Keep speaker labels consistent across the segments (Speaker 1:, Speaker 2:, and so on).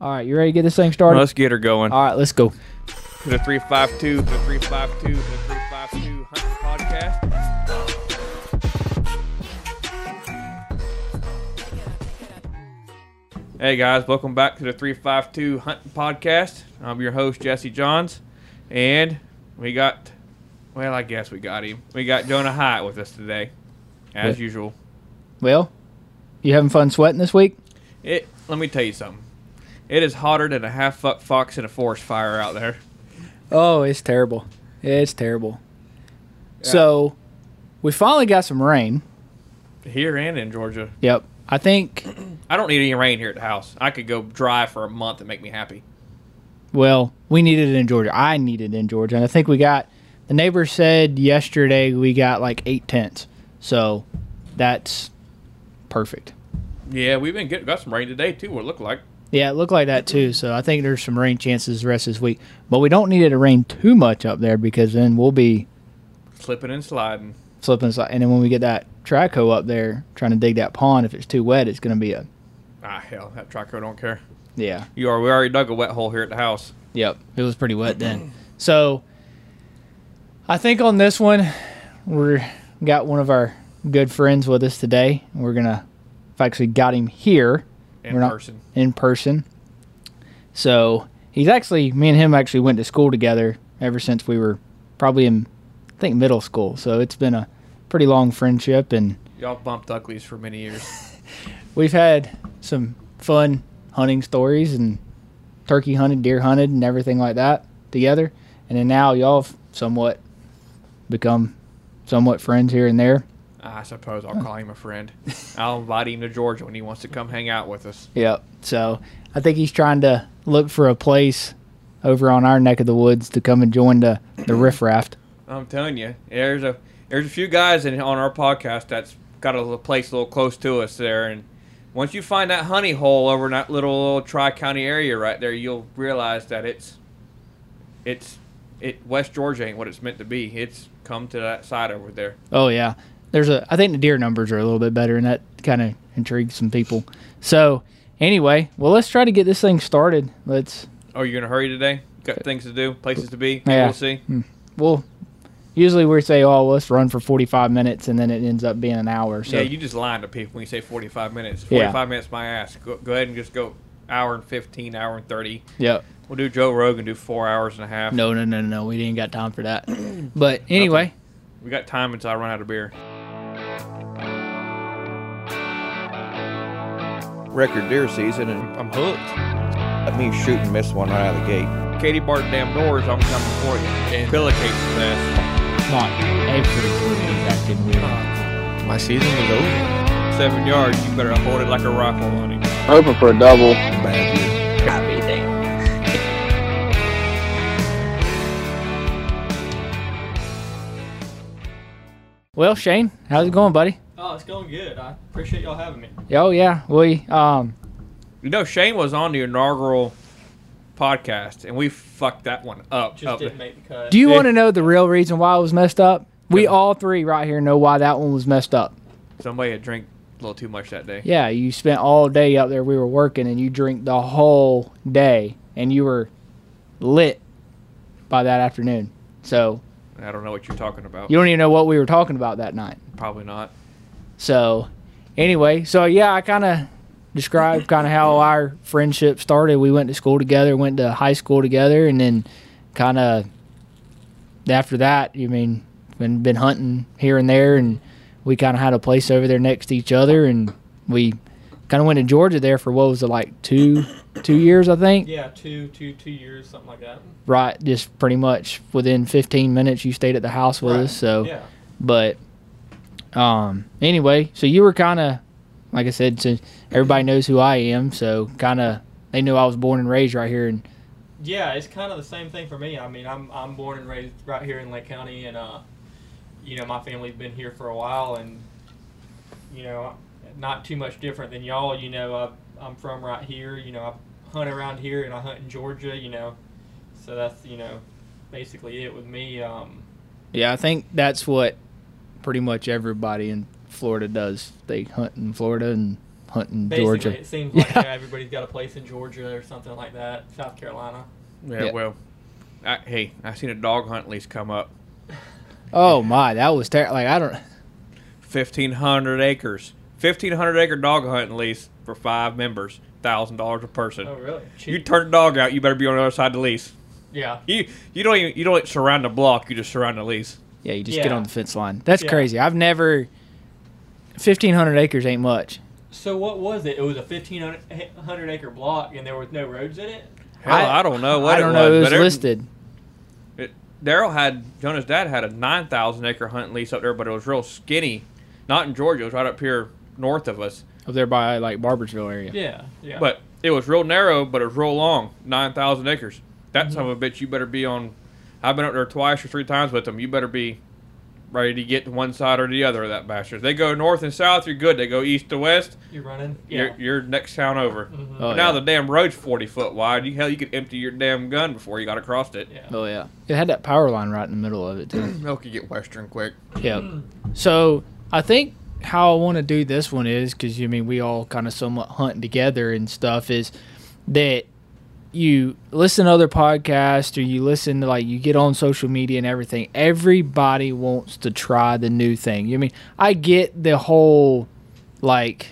Speaker 1: All right, you ready to get this thing started?
Speaker 2: Let's get her going.
Speaker 1: All right, let's go.
Speaker 2: To the 352, to the 352, to the 352 Hunting Podcast. Hey guys, welcome back to the 352 Hunting Podcast. I'm your host, Jesse Johns, and we got, well, I guess we got him. We got Jonah Hyatt with us today, as
Speaker 1: Yeah.
Speaker 2: usual.
Speaker 1: Well, you having fun sweating this week?
Speaker 2: It. Let me tell you something. It is hotter than a half fuck fox in a forest fire out there.
Speaker 1: Oh, it's terrible. It's terrible. So, we finally got some rain.
Speaker 2: Here and in Georgia.
Speaker 1: Yep. I think,
Speaker 2: I don't need any rain here at the house. I could go dry for a month and make me happy.
Speaker 1: well, we needed it in Georgia. I needed it in Georgia. And I think we got, the neighbor said yesterday we got like eight tenths. So, that's perfect.
Speaker 2: Yeah, we've been getting got some rain today too. What it looked like.
Speaker 1: Yeah, it looked like that too. So, I think there's some rain chances the rest of this week. But we don't need it to rain too much up there because then we'll be
Speaker 2: Slipping and sliding.
Speaker 1: slipping slide. And then when we get that traco up there trying to dig that pond, if it's too wet, it's going to be a
Speaker 2: Ah hell, that tracker don't care.
Speaker 1: yeah,
Speaker 2: You are we already dug a wet hole here at the house.
Speaker 1: yep. It was pretty wet then. So I think on this one, we're got one of our good friends with us today. We're gonna, if I actually got him here
Speaker 2: In
Speaker 1: We're not-
Speaker 2: person.
Speaker 1: in person. So he's actually me and him actually went to school together ever since we were probably in I think middle school. So it's been a pretty long friendship and
Speaker 2: Y'all bumped uglies for many years.
Speaker 1: we've had some fun hunting stories and turkey hunted, deer hunted, and everything like that together. And then now y'all have somewhat become somewhat friends here and there.
Speaker 2: I suppose I'll call him a friend. I'll invite him to Georgia when he wants to come hang out with us.
Speaker 1: Yep. So I think he's trying to look for a place over on our neck of the woods to come and join the the riff raft.
Speaker 2: I'm telling you, there's a there's a few guys in, on our podcast that's got a little place a little close to us there, and once you find that honey hole over in that little, tri county area right there, you'll realize that it's it's it West Georgia ain't what it's meant to be. It's come to that side over there.
Speaker 1: Oh yeah. There's a I think the deer numbers are a little bit better and that kind of intrigues some people. So anyway, well let's try to get this thing started. Let's
Speaker 2: Oh, you're in a hurry today? Got things to do, places to be.
Speaker 1: Yeah. Mm,
Speaker 2: We'll see.
Speaker 1: well usually we say oh let's run for 45 minutes and then it ends up being an hour so
Speaker 2: yeah, you just lying to people when you say 45 minutes.
Speaker 1: Yeah.
Speaker 2: 45 minutes, my ass. Go, go ahead and just go hour and 15, hour and 30.
Speaker 1: yep
Speaker 2: We'll do Joe Rogan, do four hours and a half.
Speaker 1: no no no no, no we didn't got time for that but anyway
Speaker 2: We got time until I run out of beer.
Speaker 3: record deer season, and
Speaker 2: I'm hooked.
Speaker 3: let me shoot and miss one right out of the gate.
Speaker 2: Katie barred damn doors. I'm coming for you. And pillowcase for that.
Speaker 1: not every week that can win.
Speaker 4: My season was over.
Speaker 2: Seven yards. You better hold it like a rifle on him.
Speaker 5: Hoping for a double.
Speaker 3: Bad year.
Speaker 1: well shane how's it going buddy
Speaker 6: Oh, it's going good. I appreciate y'all having me.
Speaker 1: oh yeah we um
Speaker 2: You know, Shane was on the inaugural podcast, and we fucked that one up.
Speaker 6: Just
Speaker 2: up.
Speaker 6: didn't make the cut.
Speaker 1: do you
Speaker 2: Oh, Yeah.
Speaker 1: want to know the real reason why it was messed up we
Speaker 2: Yeah.
Speaker 1: all three right here know why that one was messed up
Speaker 2: Somebody had drank a little too much that day.
Speaker 1: yeah you spent all day up there we were working and you drink the whole day and you were lit by that afternoon so
Speaker 2: I don't know what you're talking about.
Speaker 1: you don't even know what we were talking about that night
Speaker 2: Probably not.
Speaker 1: So, anyway, so yeah, I kind of described kind of how our friendship started. We went to school together, went to high school together, and then kind of after that, you mean, been been hunting here and there, and we kind of had a place over there next to each other, and we kind of went to Georgia there for what was it like two two years, I think.
Speaker 6: Yeah, two, two, two years, something like that.
Speaker 1: Right, just pretty much within 15 minutes, you stayed at the house with
Speaker 6: Right.
Speaker 1: us, so
Speaker 6: Yeah.
Speaker 1: but um anyway so you were kind of like i said since everybody knows who i am so kind of they knew i was born and raised right here and
Speaker 6: Yeah, it's kind of the same thing for me. I mean, I'm I'm born and raised right here in Lake County, and uh, you know, my family's been here for a while, and you know, not too much different than y'all. You know, I, I'm from right here. You know, I hunt around here, and I hunt in Georgia. You know, so that's you know, basically it with me. Um,
Speaker 1: yeah i think that's what pretty much everybody in florida does they hunt in florida and hunting
Speaker 6: Basically,
Speaker 1: Georgia.
Speaker 6: it seems like
Speaker 1: Yeah.
Speaker 6: yeah, everybody's got a place in Georgia or something like that. South Carolina.
Speaker 2: Yeah,
Speaker 1: Yeah.
Speaker 2: well, I, hey, I seen a dog hunt lease come up,
Speaker 1: Oh my, that was terrible. Like I don't.
Speaker 2: fifteen hundred acres, fifteen hundred acre dog hunting lease for five members, thousand dollars a person.
Speaker 6: Oh, really?
Speaker 2: You turn the dog out, you better be on the other side of the lease.
Speaker 6: yeah.
Speaker 2: You you don't even you don't surround the block, you just surround the lease.
Speaker 1: Yeah, you just get
Speaker 6: Yeah.
Speaker 1: on the fence line. That's
Speaker 6: Yeah.
Speaker 1: crazy. I've never. Fifteen hundred acres ain't much.
Speaker 6: So what was it? It was a 1500 acre block, and there was no roads in it.
Speaker 2: Hell, I, don't know what
Speaker 1: I don't
Speaker 2: it
Speaker 1: know.
Speaker 2: was.
Speaker 1: it was
Speaker 2: but every-
Speaker 1: listed.
Speaker 2: It, Daryl had Jonah's dad had a nine thousand acre hunt lease up there, but it was real skinny. Not in Georgia, it was right up here north of us.
Speaker 1: Up there by like Barbersville area.
Speaker 6: Yeah. Yeah.
Speaker 2: But it was real narrow, but it was real long, nine thousand acres. That
Speaker 1: Mm-hmm.
Speaker 2: son of a bitch, you better be on. I've been up there twice or three times with them. You better be ready to get to one side or the other of that bastard. They go north and south, you're good. They go east to west,
Speaker 6: you're running.
Speaker 2: you're, you're next town over.
Speaker 6: Mhm.
Speaker 1: Oh,
Speaker 2: But now
Speaker 1: yeah.
Speaker 2: the damn road's forty foot wide. You, hell, you could empty your damn gun before you got across it.
Speaker 6: yeah.
Speaker 1: Oh yeah, it had that power line right in the middle of it too.
Speaker 2: Hell, could get western quick.
Speaker 1: yep. So I think how I want to do this one is because you mean we all kind of somewhat hunt together and stuff is that you listen to other podcasts or you listen to like you get on social media and everything. Everybody wants to try the new thing. You mean I get the whole like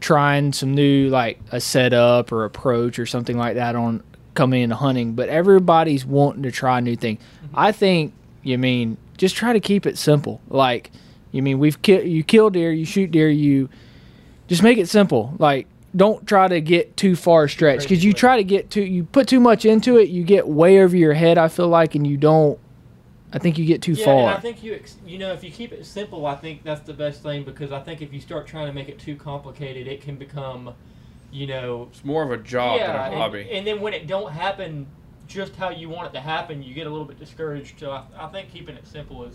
Speaker 1: trying some new like a setup or approach or something like that on coming into hunting but everybody's wanting to try a new thing
Speaker 6: Mm-hmm.
Speaker 1: i think you mean just try to keep it simple like you mean we've ki- you kill deer you shoot deer you just make it simple like don't try to get too far stretched because you
Speaker 6: Basically.
Speaker 1: try to get too you put too much into it you get way over your head i feel like and you don't i think you get too
Speaker 6: Yeah,
Speaker 1: far
Speaker 6: and I think you ex- you know if you keep it simple, I think that's the best thing because I think if you start trying to make it too complicated, it can become, you know,
Speaker 2: It's more of a job
Speaker 6: yeah,
Speaker 2: than
Speaker 6: and-
Speaker 2: a Oh, hobby.
Speaker 6: And, then when it don't happen just how you want it to happen, you get a little bit discouraged. So I, I think keeping it simple is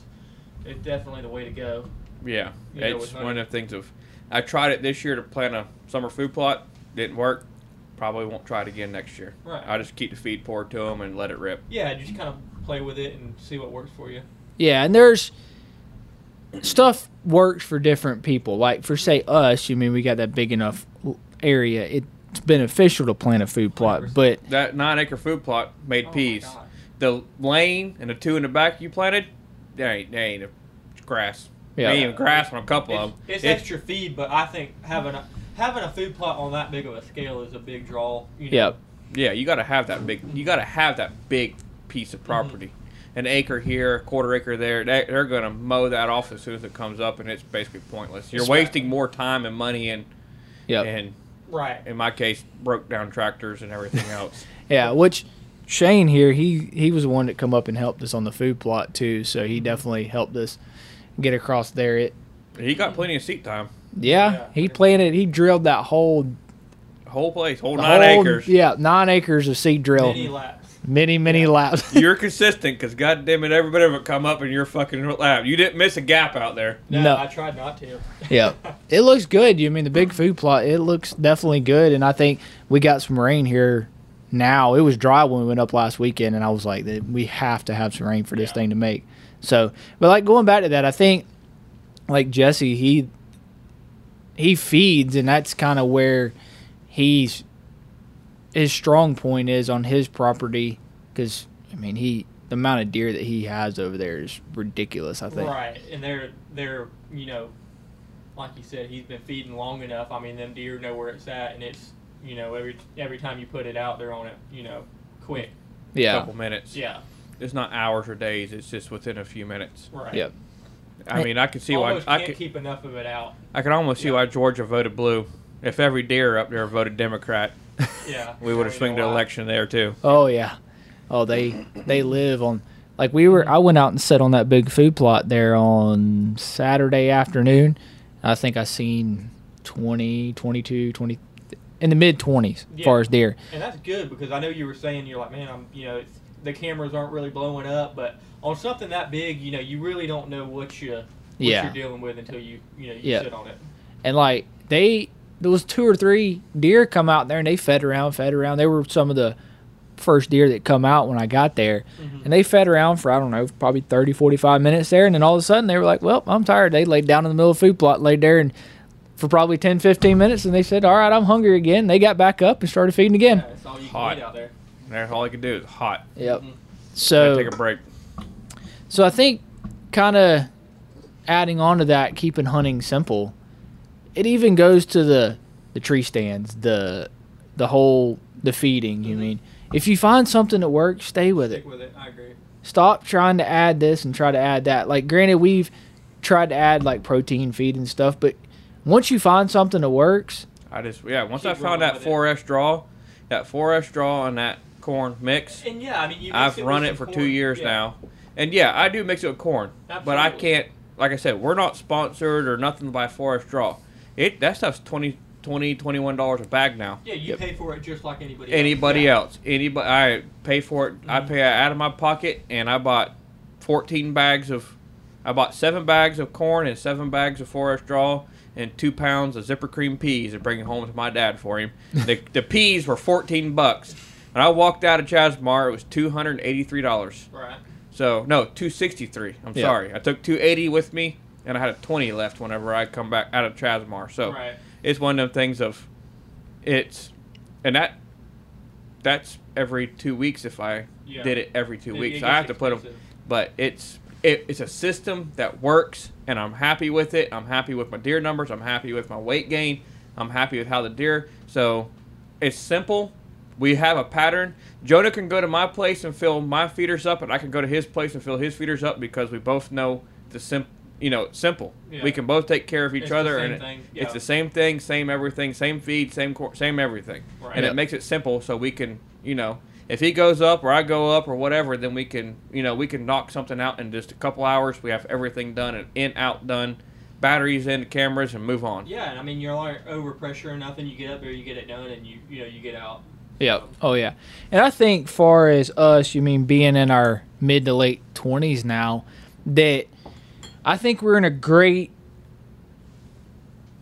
Speaker 6: is definitely the way to go.
Speaker 2: Yeah,
Speaker 6: You know,
Speaker 2: it's
Speaker 6: with
Speaker 2: one
Speaker 6: honey.
Speaker 2: of the things of. I tried it this year to plant a summer food plot. Didn't work. Probably won't try it again next year.
Speaker 6: Right.
Speaker 2: I just keep the feed poured to them and let it rip.
Speaker 6: Yeah, just kind of play with it and see what works for you.
Speaker 1: Yeah, and there's stuff works for different people. Like for say us, you mean we got that big enough l- area. It's beneficial to plant a food plot,
Speaker 6: 100%.
Speaker 1: but
Speaker 2: That nine acre food plot made
Speaker 6: Oh my
Speaker 2: peas.
Speaker 6: God.
Speaker 2: The lane and the two in the back you planted, they ain't, they ain't a grass.
Speaker 1: Yeah.
Speaker 2: They ain't even grass on a couple
Speaker 6: It's,
Speaker 2: of them.
Speaker 6: it's extra feed, but I think having a having a food plot on that big of a scale is a big draw. You know?
Speaker 1: yeah,
Speaker 2: Yeah, you got to have that big. You got to have that big piece
Speaker 1: Mm-hmm.
Speaker 2: of property. An acre here, a quarter acre there. They, they're going to mow that off as soon as it comes up, and it's basically pointless. You're
Speaker 1: That's right.
Speaker 2: wasting more time and money, and
Speaker 1: yeah,
Speaker 2: and
Speaker 6: Right.
Speaker 2: in my case, broke down tractors and everything else.
Speaker 1: yeah. Which Shane here, he he was the one that come up and helped us on the food plot too. So he definitely helped us get across there. It
Speaker 2: he got plenty of seat time.
Speaker 1: yeah,
Speaker 6: Yeah.
Speaker 1: he planted. He drilled that whole
Speaker 2: Whole place, whole
Speaker 1: the
Speaker 2: nine
Speaker 1: whole-
Speaker 2: acres.
Speaker 1: Yeah, nine acres of seed drill.
Speaker 6: Mini
Speaker 1: Many
Speaker 6: laps.
Speaker 1: many, laps.
Speaker 2: You're consistent because, goddamn it, everybody would come up in your fucking lab. You didn't miss a gap out there.
Speaker 6: No,
Speaker 1: No.
Speaker 6: I tried not to.
Speaker 1: Yeah, it looks good. You mean the big food plot? It looks definitely good, and I think we got some rain here now. It was dry when we went up last weekend, and I was like, "That- we have to have some rain for this
Speaker 6: Yeah.
Speaker 1: thing to make. So, but like going back to that, I think like Jesse, he he feeds, and that's kind of where he's his strong point is on his property because I mean he the amount of deer that he has over there is ridiculous. I think.
Speaker 6: Right, and they're they're you know, like you said, he's been feeding long enough. I mean, them deer know where it's at, and it's you know every every time you put it out, they're on it. You know, quick.
Speaker 1: Yeah.
Speaker 2: couple minutes.
Speaker 6: Yeah.
Speaker 2: It's not hours or days. It's just within a few minutes.
Speaker 6: Right.
Speaker 1: Yeah.
Speaker 2: I mean, I could see why.
Speaker 6: Almost
Speaker 2: I
Speaker 6: can't
Speaker 2: could,
Speaker 6: keep enough of it out.
Speaker 2: I can almost see
Speaker 6: Yeah.
Speaker 2: why Georgia voted blue. If every deer up there voted Democrat,
Speaker 6: Yeah.
Speaker 2: we would have
Speaker 6: I mean,
Speaker 2: swung the
Speaker 6: why?
Speaker 2: election there too.
Speaker 1: Oh yeah. Oh they they live on like we were I went out and sat on that big food plot there on Saturday afternoon. I think I seen 20, 22, 20 in the mid 20s as
Speaker 6: Yeah.
Speaker 1: far as deer.
Speaker 6: And that's good because I know you were saying you're like, man, I'm you know it's, the cameras aren't really blowing up, but on something that big, you know, you really don't know what you what
Speaker 1: Yeah.
Speaker 6: you're dealing with until you you know you
Speaker 1: Yeah.
Speaker 6: sit on it.
Speaker 1: And like they there was two or three deer come out there and they fed around, fed around. They were some of the first deer that come out when I got there.
Speaker 2: Mm-hmm.
Speaker 1: And they fed around for I don't know, probably 30 45 minutes there and then all of a sudden they were like, "Well, I'm tired." They laid down in the middle of the food plot, laid there and for probably 10, 15 minutes, and they said, "All right, I'm hungry again." They got back up and started feeding again.
Speaker 6: Yeah, it's all you can
Speaker 2: Hot.
Speaker 6: eat out there.
Speaker 2: That's all I can do is hot.
Speaker 1: Yep.
Speaker 6: Mhm.
Speaker 1: So
Speaker 2: Gotta take a break.
Speaker 1: So I think kind of adding on to that, keeping hunting simple, it even goes to the the tree stands, the the whole the feeding, you mean. If you find something that works, stay with it.
Speaker 6: Stick with it. I agree.
Speaker 1: Stop trying to add this and try to add that. Like granted we've tried to add like protein feed and stuff, but once you find something that works,
Speaker 2: I just yeah. Once
Speaker 6: Keep
Speaker 2: I found
Speaker 6: rolling
Speaker 2: that
Speaker 6: with it.
Speaker 2: 4S draw, that 4S draw and that corn mix,
Speaker 6: And yeah, I mean, you
Speaker 2: I've
Speaker 6: mix
Speaker 2: run
Speaker 6: with
Speaker 2: it
Speaker 6: some
Speaker 2: for two
Speaker 6: corn.
Speaker 2: years
Speaker 6: Yeah.
Speaker 2: now, and yeah, I do mix it with corn, but I
Speaker 6: Absolutely.
Speaker 2: can't. Like I said, we're not sponsored or nothing by 4S draw. It that stuff's 20 20 21 dollars a bag now.
Speaker 6: Yeah, you
Speaker 1: Yep.
Speaker 6: pay for it just like anybody.
Speaker 2: Anybody
Speaker 6: else.
Speaker 2: else? Anybody? I pay for it. I pay out of my pocket, and I bought 14 bags of. I bought seven bags of corn and seven bags of 4S draw and two pounds of zipper cream peas and bring it home to my dad for him. the, the peas were 14 bucks. And I walked out of Chasmar, it was $283.
Speaker 6: Yeah. Right.
Speaker 2: So no, two sixty three. I'm
Speaker 1: Yeah.
Speaker 2: sorry. I took two eighty with me, and I had a twenty left whenever I come back out of Chasmar. So
Speaker 6: Right.
Speaker 2: it's one of them things of it's, and that that's every two weeks if I
Speaker 6: Yeah.
Speaker 2: did it every two
Speaker 6: It- it
Speaker 2: weeks.
Speaker 6: gets
Speaker 2: I have to put them,
Speaker 6: expensive.
Speaker 2: but it's it, it's a system that works, and I'm happy with it. I'm happy with my deer numbers. I'm happy with my weight gain. I'm happy with how the deer. So it's simple. We have a pattern. Jonah can go to my place and fill my feeders up, and I can go to his place and fill his feeders up because we both know the sim. You know, it's simple.
Speaker 6: Yeah.
Speaker 2: We can both take care of each
Speaker 6: It's the
Speaker 2: other,
Speaker 6: same
Speaker 2: and it-
Speaker 6: thing,
Speaker 2: it's
Speaker 6: yeah.
Speaker 2: the same thing, same everything, same feed, same cor- same everything,
Speaker 6: Right.
Speaker 2: and
Speaker 6: Yeah.
Speaker 2: it makes it simple so we can, you know, if he goes up or I go up or whatever, then we can, you know, we can knock something out in just a couple hours. We have everything done and in out done, batteries in, cameras, and move on.
Speaker 6: Yeah, and I mean, you're like over pressure or nothing. You get up there, you get it done, and you you know you get out.
Speaker 1: Yeah. Oh yeah. And I think far as us, you mean being in our mid to late twenties now, that I think we're in a great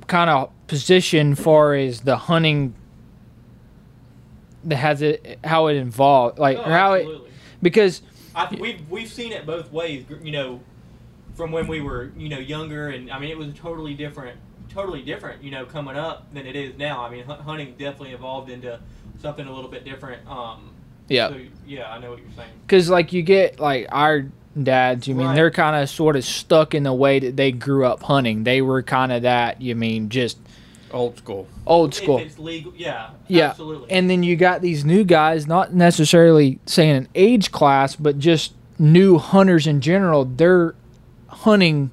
Speaker 1: kind of position far as the hunting that has it how it involved like
Speaker 6: Oh,
Speaker 1: or how it
Speaker 6: absolutely.
Speaker 1: because
Speaker 6: I, we've we've seen it both ways. gr- You know, from when we were you know younger, and I mean it was totally different, totally different. You know, coming up than it is now. I mean, hu- hunting definitely evolved into something a little bit different. Um,
Speaker 1: yeah
Speaker 6: So, yeah, I know what you're saying.
Speaker 1: because like you get like our dads you mean
Speaker 6: Right.
Speaker 1: they're kind of sort of stuck in the way that they grew up hunting they were kind of that you mean just
Speaker 2: Old school.
Speaker 1: old school
Speaker 6: If it's legal, yeah.
Speaker 1: Yeah,
Speaker 6: Absolutely.
Speaker 1: And then you got these new guys, not necessarily saying an age class, but just new hunters in general. They're hunting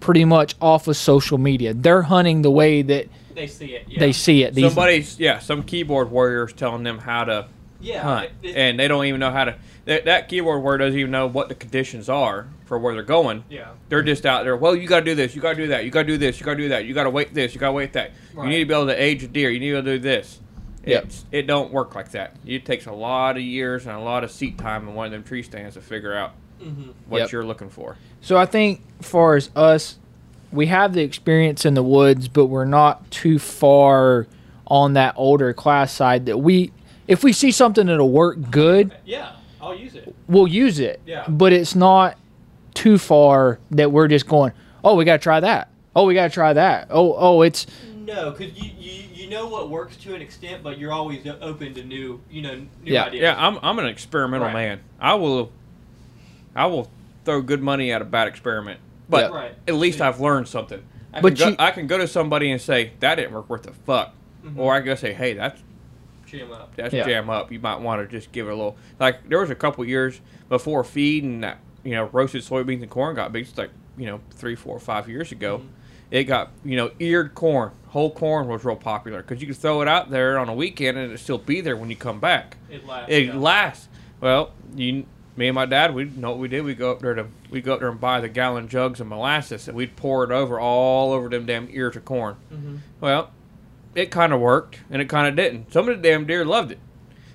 Speaker 1: pretty much off of social media. They're hunting the way that
Speaker 6: they see it. Yeah.
Speaker 1: they see it. These,
Speaker 2: Somebody's yeah, some keyboard warrior's telling them how to
Speaker 6: yeah.
Speaker 2: hunt,
Speaker 6: it- it-
Speaker 2: and they don't even know how to. That, that keyboard warrior doesn't even know what the conditions are for where they're going.
Speaker 6: yeah.
Speaker 2: They're just out there. Well, you gotta do this. You gotta do that. You gotta do this. You gotta do that. You gotta wait this. You gotta wait that.
Speaker 6: Right.
Speaker 2: You need to be able to age a deer. You need to be able to do this.
Speaker 1: Yep.
Speaker 2: It's, it don't work like that. It takes a lot of years and a lot of seat time in one of them tree stands to figure out
Speaker 6: Mm-hmm.
Speaker 2: what
Speaker 1: Yep.
Speaker 2: you're looking for.
Speaker 1: so I think, far as us, we have the experience in the woods, but we're not too far on that older class side. That we, if we see something that'll work good,
Speaker 6: Yeah. I'll use it.
Speaker 1: we'll use it.
Speaker 6: Yeah.
Speaker 1: But it's not too far that we're just going, oh, we got to try that. Oh, we got to try that. Oh, oh, it's
Speaker 6: No, because you, you you know what works to an extent, but you're always o- open to new you know new
Speaker 1: Yeah.
Speaker 6: ideas.
Speaker 2: Yeah, I'm I'm an experimental
Speaker 6: Right.
Speaker 2: man. I will I will throw good money at a bad experiment. But
Speaker 1: Yep.
Speaker 6: Right.
Speaker 2: at least I've learned something. I
Speaker 1: But
Speaker 2: can go,
Speaker 1: you-
Speaker 2: I can go to somebody and say that didn't work worth the fuck,
Speaker 6: Mm-hmm.
Speaker 2: or I can go say, hey, that's
Speaker 6: Chew 'em up.
Speaker 2: that's
Speaker 1: Yeah.
Speaker 2: jam up. You might want to just give it a little. Like there was a couple years before feed and that you know roasted soybeans and corn got big. It's like you know three, four, five years ago, it got you know eared corn, whole corn was real popular because you could throw it out there on a weekend and it'd still be there when you come back.
Speaker 6: It lasts.
Speaker 2: It
Speaker 6: yeah.
Speaker 2: lasts. Well, you, me and my dad, we know what we did. We go up there to we go up there and buy the gallon jugs of molasses and we'd pour it over all over them damn ears of corn.
Speaker 6: Mhm.
Speaker 2: Well, it kind of worked and it kind of didn't. Some of the damn deer loved it,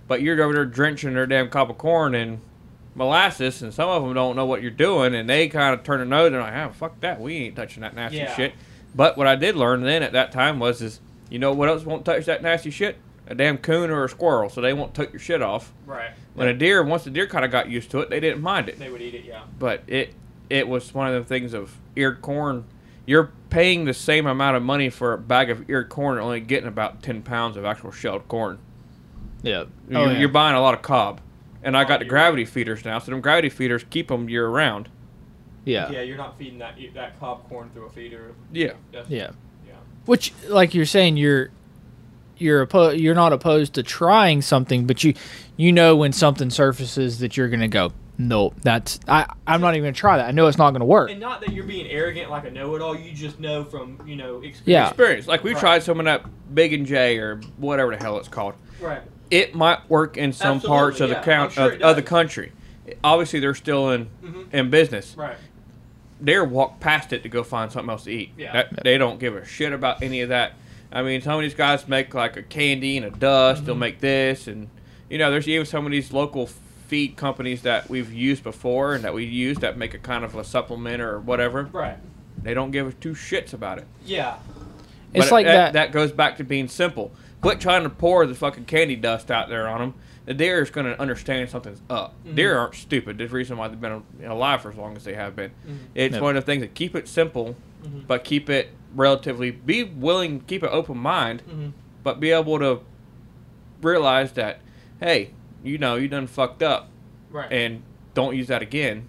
Speaker 2: but you're over there drenching their damn cup of corn in molasses, and some of them don't know what you're doing, and they kind of turn a nose and like, ah, fuck that, we ain't touching that nasty
Speaker 6: Yeah.
Speaker 2: shit. But what I did learn then at that time was is, you know what else won't touch that nasty shit? A damn coon or a squirrel, so they won't take your shit off.
Speaker 6: Right.
Speaker 2: When a deer, once the deer kind of got used to it, they didn't mind it
Speaker 6: They would eat it. Yeah.
Speaker 2: but it it was one of the things of eared corn. you're paying the same amount of money for a bag of eared corn, and only getting about ten pounds of actual shelled corn.
Speaker 1: Yep.
Speaker 2: You- Oh, you're, buying a lot of cob, and
Speaker 6: Oh,
Speaker 2: I got the gravity feeders now, so them gravity feeders keep them year round.
Speaker 1: yeah.
Speaker 6: Yeah, you're not feeding that that cob corn through a feeder.
Speaker 2: Yeah,
Speaker 6: That's,
Speaker 1: Yeah.
Speaker 6: Yeah.
Speaker 1: Which, like you're saying, you're you're oppo- you're not opposed to trying something, but you you know when something surfaces that you're gonna go, nope, that's I I'm not even gonna try that. I know it's not gonna work.
Speaker 6: And not that you're being arrogant like a know-it-all. You just know from you know experience.
Speaker 1: Yeah.
Speaker 2: experience. Like we
Speaker 6: Right.
Speaker 2: tried some of that Big and J or whatever the hell it's called.
Speaker 6: Right.
Speaker 2: It might work in some
Speaker 6: Absolutely,
Speaker 2: parts of the
Speaker 6: yeah. I'm
Speaker 2: count
Speaker 6: sure
Speaker 2: of,
Speaker 6: it
Speaker 2: of the
Speaker 6: does.
Speaker 2: country. Obviously, they're still in
Speaker 6: Mhm.
Speaker 2: in business.
Speaker 6: Right.
Speaker 2: They're walk past it to go find something else to eat.
Speaker 6: Yeah.
Speaker 2: That, they don't give a shit about any of that. I mean, some of these guys make like a candy and a dust. They'll make this, and you know, there's even some of these local feed companies that we've used before and that we use that make a kind of a supplement or whatever.
Speaker 6: Right.
Speaker 2: They don't give two shits about it.
Speaker 6: Yeah.
Speaker 1: it's
Speaker 2: But
Speaker 1: like
Speaker 2: that,
Speaker 1: that.
Speaker 2: that. goes back to being simple. Quit trying to pour the fucking candy dust out there on them. The deer is going to understand something's up. Deer aren't stupid. There's a reason why they've been alive for as long as they have been. It's
Speaker 1: Yeah.
Speaker 2: one of the things that keep it simple, but keep it relatively. Be willing, keep an open mind,
Speaker 6: Mhm.
Speaker 2: but be able to realize that, hey, you know, you done fucked up,
Speaker 6: Right.
Speaker 2: and don't use that again.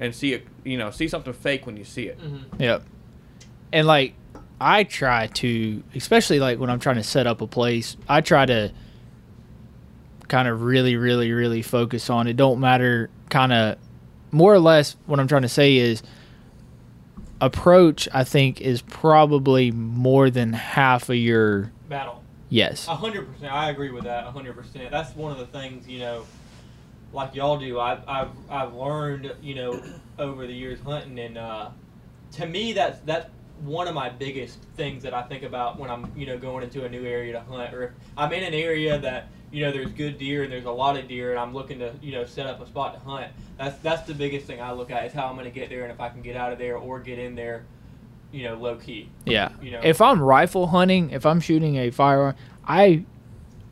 Speaker 2: And see it, you know, see something fake when you see
Speaker 6: Mm-hmm.
Speaker 2: it.
Speaker 1: Yep. And like I try to especially like when I'm trying to set up a place, I try to kind of really really really focus on it don't matter kind of more or less what I'm trying to say is approach I think is probably more than half of your
Speaker 6: battle.
Speaker 1: yes.
Speaker 6: A hundred percent. I agree with that. A hundred percent. That's one of the things you know, like y'all do. I've I've I've learned you know over the years hunting, and uh, to me that's that's one of my biggest things that I think about when I'm you know going into a new area to hunt, or if I'm in an area that you know there's good deer and there's a lot of deer, and I'm looking to you know set up a spot to hunt. That's that's the biggest thing I look at is how I'm going to get there and if I can get out of there or get in there, you know, low key.
Speaker 1: Yeah.
Speaker 6: You know.
Speaker 1: If I'm rifle hunting, if I'm shooting a firearm, I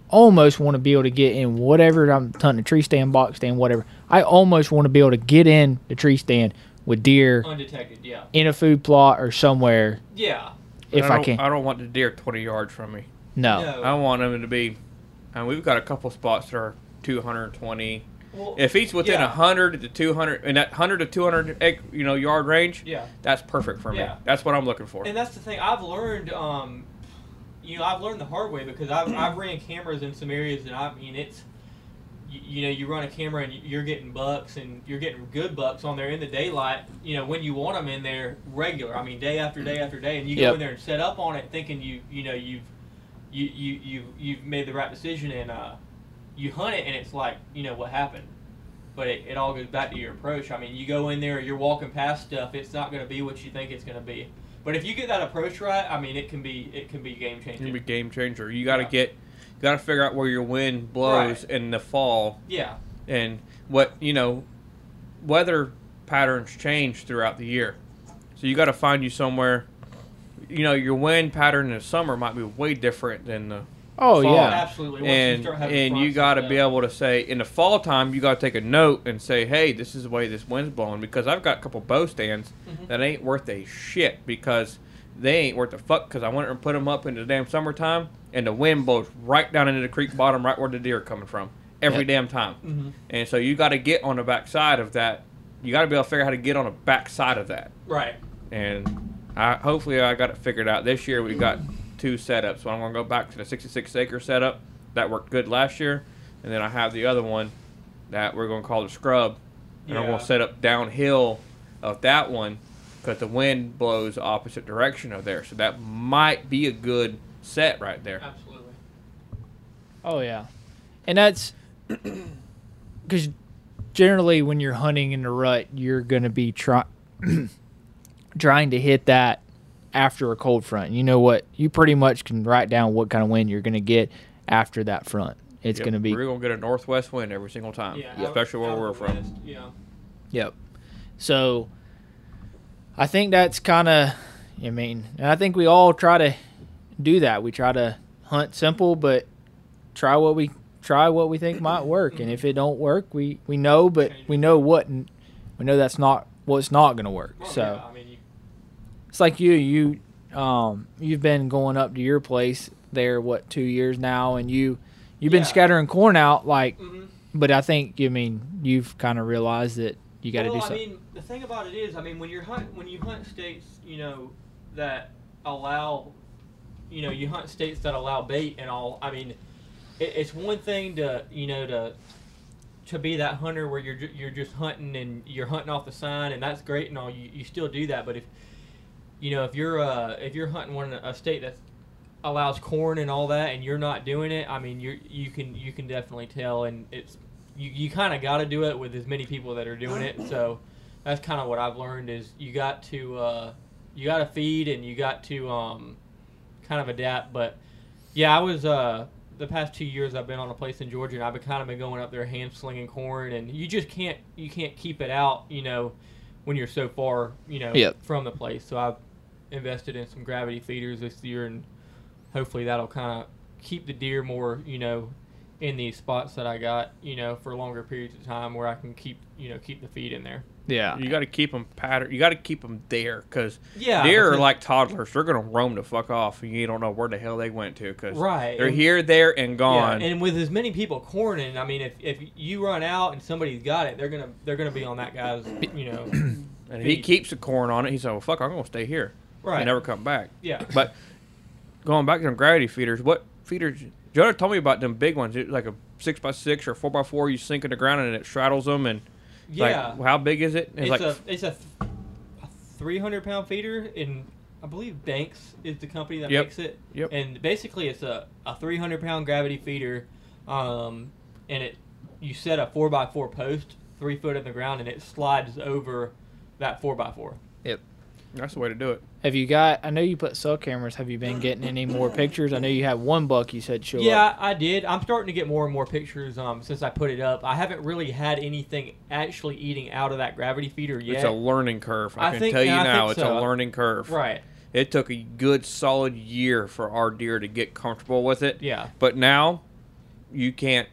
Speaker 1: almost want to be able to get in whatever I'm hunting a tree stand, box stand, whatever. I almost want to be able to get in the tree stand with deer
Speaker 2: Uh,
Speaker 6: Undetected. Yeah.
Speaker 1: in a food plot or somewhere
Speaker 6: Yeah.
Speaker 1: if I,
Speaker 2: I don't-
Speaker 1: can.
Speaker 2: I don't want the deer 20 yards from me.
Speaker 1: no.
Speaker 6: No.
Speaker 2: I want him to be, and we've got a couple spots that are 220.
Speaker 6: Well,
Speaker 2: If he's within
Speaker 6: yeah.
Speaker 2: 100 to 200, in that 100 to 200 egg, you know yard range,
Speaker 6: Yeah.
Speaker 2: that's perfect for me.
Speaker 6: Yeah.
Speaker 2: That's what I'm looking for.
Speaker 6: And that's the thing I've learned. Um, you know, I've learned the hard way because I've, I've ran cameras in some areas, and I mean it's. You, you know, you run a camera and you're getting bucks, and you're getting good bucks on there in the daylight. You know, when you want them in there regular. I mean, day after day after day, and you
Speaker 1: Yep.
Speaker 6: go in there and set up on it, thinking you you know you've you you you you've made the right decision, and uh, you hunt it, and it's like you know what happened. But it, it all goes back to your approach. I mean, you go in there, you're walking past stuff. It's not going to be what you think it's going to be. But if you get that approach right, I mean, it can be it can be game
Speaker 2: it's going to
Speaker 6: changing.
Speaker 2: be game changer. You got to
Speaker 6: Yeah.
Speaker 2: get, you got to figure out where your wind blows in the fall
Speaker 6: Yeah,
Speaker 2: and what, you know, weather patterns change throughout the year. So you got to find you somewhere, you know, your wind pattern in the summer might be way different than the
Speaker 1: Oh
Speaker 2: Fall.
Speaker 1: yeah.
Speaker 6: absolutely. Once you
Speaker 2: and
Speaker 6: start having
Speaker 2: and you
Speaker 6: fronts
Speaker 2: got to
Speaker 6: like
Speaker 2: be
Speaker 6: that.
Speaker 2: able to say in the fall time you got to take a note and say hey this is the way this wind's blowing because i've got a couple bow stands
Speaker 6: Mm-hmm.
Speaker 2: that ain't worth a shit because they ain't worth a fuck because i went and put them up in the damn summertime and the wind blows right down into the creek bottom right where the deer are coming from every
Speaker 1: Yep.
Speaker 2: damn time
Speaker 6: Mhm.
Speaker 2: and so you got to get on the back side of that you got to be able to figure out how to get on the back side of that
Speaker 6: right.
Speaker 2: and I hopefully I got it figured out. This year we got two setups. So I'm gonna go back to the 66 acre setup that worked good last year, and then I have the other one that we're gonna call the scrub, and I'm
Speaker 6: Yeah.
Speaker 2: gonna set up downhill of that one because the wind blows opposite direction of there, so that might be a good set right there.
Speaker 6: Absolutely.
Speaker 1: Oh yeah, and that's because generally when you're hunting in the rut, you're gonna be try- trying to hit that after a cold front. You know what? You pretty much can write down what kind of wind you're gonna get after that front. It's
Speaker 2: Yep,
Speaker 1: gonna be
Speaker 2: We're gonna get a northwest wind every single time,
Speaker 6: Yeah. out-
Speaker 2: Um, especially
Speaker 6: out
Speaker 2: where
Speaker 6: of
Speaker 2: we're
Speaker 6: the
Speaker 2: from.
Speaker 6: West, Yeah.
Speaker 1: Yep. So I think that's kind of, I mean, and I think we all try to do that. We try to hunt simple, but try what we try what we think might work. And if it don't work, we we know, but we know what we know that's not what's not going to work.
Speaker 6: Well,
Speaker 1: So
Speaker 6: yeah, I mean, you,
Speaker 1: it's like you you um you've been going up to your place there what two years now and you you've been
Speaker 6: Yeah.
Speaker 1: scattering corn out like
Speaker 6: hmm
Speaker 1: but i think you mean you've kind of realized that you got to
Speaker 6: well,
Speaker 1: do something
Speaker 6: I mean, the thing about it is, I mean, when you're hunt, when you hunt states, you know, that allow, you know, you hunt states that allow bait and all. I mean, it, it's one thing to, you know, to to be that hunter where you're ju- you're just hunting and you're hunting off the sign and that's great and all. You, you still do that, but if you know if you're uh, if you're hunting one a state that allows corn and all that and you're not doing it, I mean, you you can you can definitely tell and it's you, you kind of got to do it with as many people that are doing it. So that's kind of what I've learned is you got to uh, you got to feed and you got to um, kind of adapt. But yeah, I was uh, the past two years I've been on a place in Georgia and I've been kind of been going up there hand slinging corn and you just can't you can't keep it out you know when you're so far you know
Speaker 1: Yep.
Speaker 6: from the place. So I've invested in some gravity feeders this year and hopefully that'll kind of keep the deer more you know in these spots that I got, you know, for longer periods of time where I can keep, you know, keep the feed in there.
Speaker 1: yeah
Speaker 2: You got to keep them pattern. You got to keep them there because
Speaker 6: Yeah,
Speaker 2: deer are
Speaker 6: because-
Speaker 2: like toddlers. They're gonna roam the fuck off, and you don't know where the hell they went to because
Speaker 6: Right,
Speaker 2: they're
Speaker 6: and-
Speaker 2: here, there, and gone.
Speaker 6: and with as many people corning, I mean, if, if you run out and somebody's got it, they're gonna they're gonna be on that guy's, you know,
Speaker 2: And if he keeps the corn on it, he's like, well, fuck, I'm going to stay here.
Speaker 6: Right.
Speaker 2: And never come back.
Speaker 6: Yeah.
Speaker 2: But going back to them gravity feeders, what feeders? Jonah told me about them big ones. It's like a 6 by 6 or 4 by 4 you sink in the ground and it straddles them. And
Speaker 6: yeah.
Speaker 2: like, how big is it?
Speaker 6: it's
Speaker 2: like,
Speaker 6: a it's a, th- a three hundred pound feeder, and I believe Banks is the company that
Speaker 2: Yep.
Speaker 6: makes it.
Speaker 2: Yep.
Speaker 6: And basically, it's a a three hundred pound gravity feeder, um, and it you set a four by four post three foot in the ground, and it slides over that four by four.
Speaker 2: that's the way to do it.
Speaker 1: have you got i know you put cell cameras have you been getting any more pictures i know you had one buck you said show up.
Speaker 6: Yeah, I did. I'm starting to get more and more pictures um, since I put it up. I haven't really had anything actually eating out of that gravity feeder yet.
Speaker 2: It's a learning curve. I,
Speaker 6: I
Speaker 2: can
Speaker 6: think-
Speaker 2: tell you
Speaker 6: yeah, I think
Speaker 2: now, it's a
Speaker 6: so.
Speaker 2: learning curve.
Speaker 6: right.
Speaker 2: It took a good solid year for our deer to get comfortable with it.
Speaker 6: Yeah.
Speaker 2: But now you can't.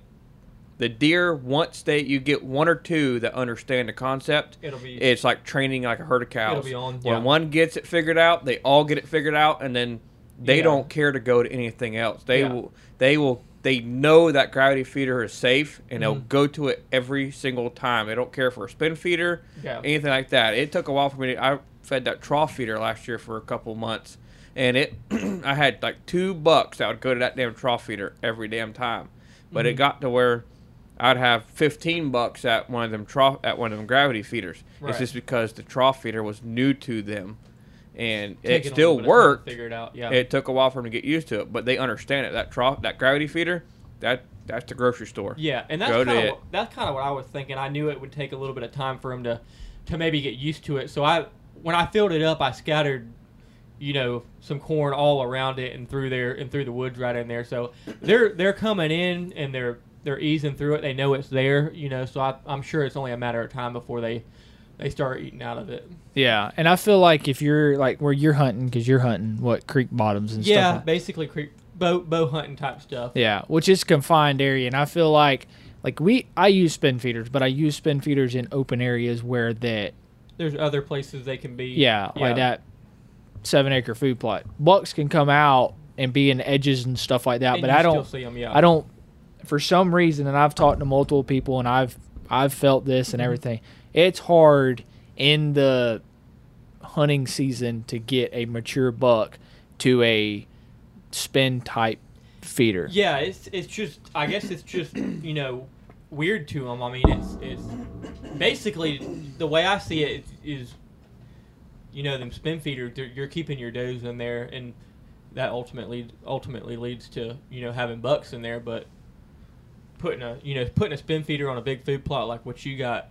Speaker 2: The deer, once they you get one or two that understand the concept,
Speaker 6: It'll be-
Speaker 2: it's like training like a herd of cows.
Speaker 6: be on,
Speaker 2: when
Speaker 6: yeah.
Speaker 2: one gets it figured out, they all get it figured out, and then they
Speaker 6: Yeah.
Speaker 2: don't care to go to anything else. They
Speaker 6: Yeah.
Speaker 2: will. They will. They know that gravity feeder is safe, and
Speaker 6: Mm-hmm.
Speaker 2: they'll go to it every single time. They don't care for a spin feeder,
Speaker 6: Yeah.
Speaker 2: anything like that. It took a while for me. To, I fed that trough feeder last year for a couple months, and it I had like two bucks that would go to that damn trough feeder every damn time. But
Speaker 6: Mm-hmm.
Speaker 2: it got to where I'd have fifteen bucks at one of them trough at one of them gravity feeders.
Speaker 6: Right.
Speaker 2: It's just because the trough feeder was new to them, and
Speaker 6: Taking
Speaker 2: it
Speaker 6: a
Speaker 2: still
Speaker 6: little bit of time to
Speaker 2: worked.
Speaker 6: Figure it out. Yeah.
Speaker 2: It took a while for them to get used to it, but they understand it. That trough, that gravity feeder, that that's the grocery store.
Speaker 6: Yeah, and that's
Speaker 2: Go to
Speaker 6: kind
Speaker 2: it.
Speaker 6: of that's kind of what I was thinking. I knew it would take a little bit of time for him to to maybe get used to it. So I when I filled it up, I scattered you know some corn all around it and through there and through the woods right in there. So they're they're coming in and they're they're easing through it. They know it's there, you know. So I, I'm sure it's only a matter of time before they they start eating out of it.
Speaker 1: yeah and i feel like if you're like where you're hunting because you're hunting what creek bottoms and stuff
Speaker 6: yeah,
Speaker 1: like
Speaker 6: basically creep bow bow hunting type stuff.
Speaker 1: Yeah, which is confined area, and I feel like like we I use spin feeders, but I use spin feeders in open areas where that
Speaker 6: There's other places they can be.
Speaker 1: yeah, like that seven acre food plot. Bucks can come out and be in edges and stuff like that,
Speaker 6: And
Speaker 1: but
Speaker 6: you
Speaker 1: I
Speaker 6: still
Speaker 1: don't
Speaker 6: see 'em, yeah.
Speaker 1: I don't for some reason, and I've talked to multiple people, and I've I've felt this and everything. It's hard in the hunting season to get a mature buck to a spin type feeder.
Speaker 6: Yeah, it's it's just I guess it's just you know weird to them. I mean, it's it's basically the way I see it is you know them spin feeders. they're- You're keeping your does in there, and that ultimately ultimately leads to you know having bucks in there. But putting a you know putting a spin feeder on a big food plot like what you got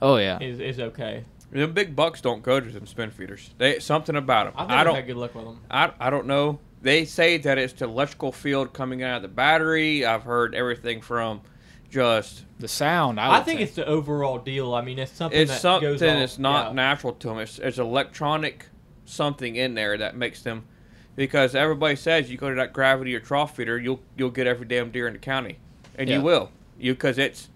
Speaker 1: Oh yeah.
Speaker 6: is is okay.
Speaker 2: Them big bucks don't go to them spin feeders. They something about them.
Speaker 6: I've
Speaker 2: I
Speaker 6: never
Speaker 2: don't.
Speaker 6: had good luck with them.
Speaker 2: I, I don't know. They say that it's the electrical field coming out of the battery. I've heard everything from just
Speaker 1: The sound. I,
Speaker 6: I,
Speaker 1: would
Speaker 6: think
Speaker 1: say.
Speaker 6: it's the overall deal. I mean, it's something
Speaker 2: it's
Speaker 6: that
Speaker 2: something
Speaker 6: goes on.
Speaker 2: that's not
Speaker 6: yeah.
Speaker 2: natural to them. It's, it's electronic something in there that makes them because everybody says you go to that gravity or trough feeder, you'll you'll get every damn deer in the county, and
Speaker 1: Yeah.
Speaker 2: you will you because it's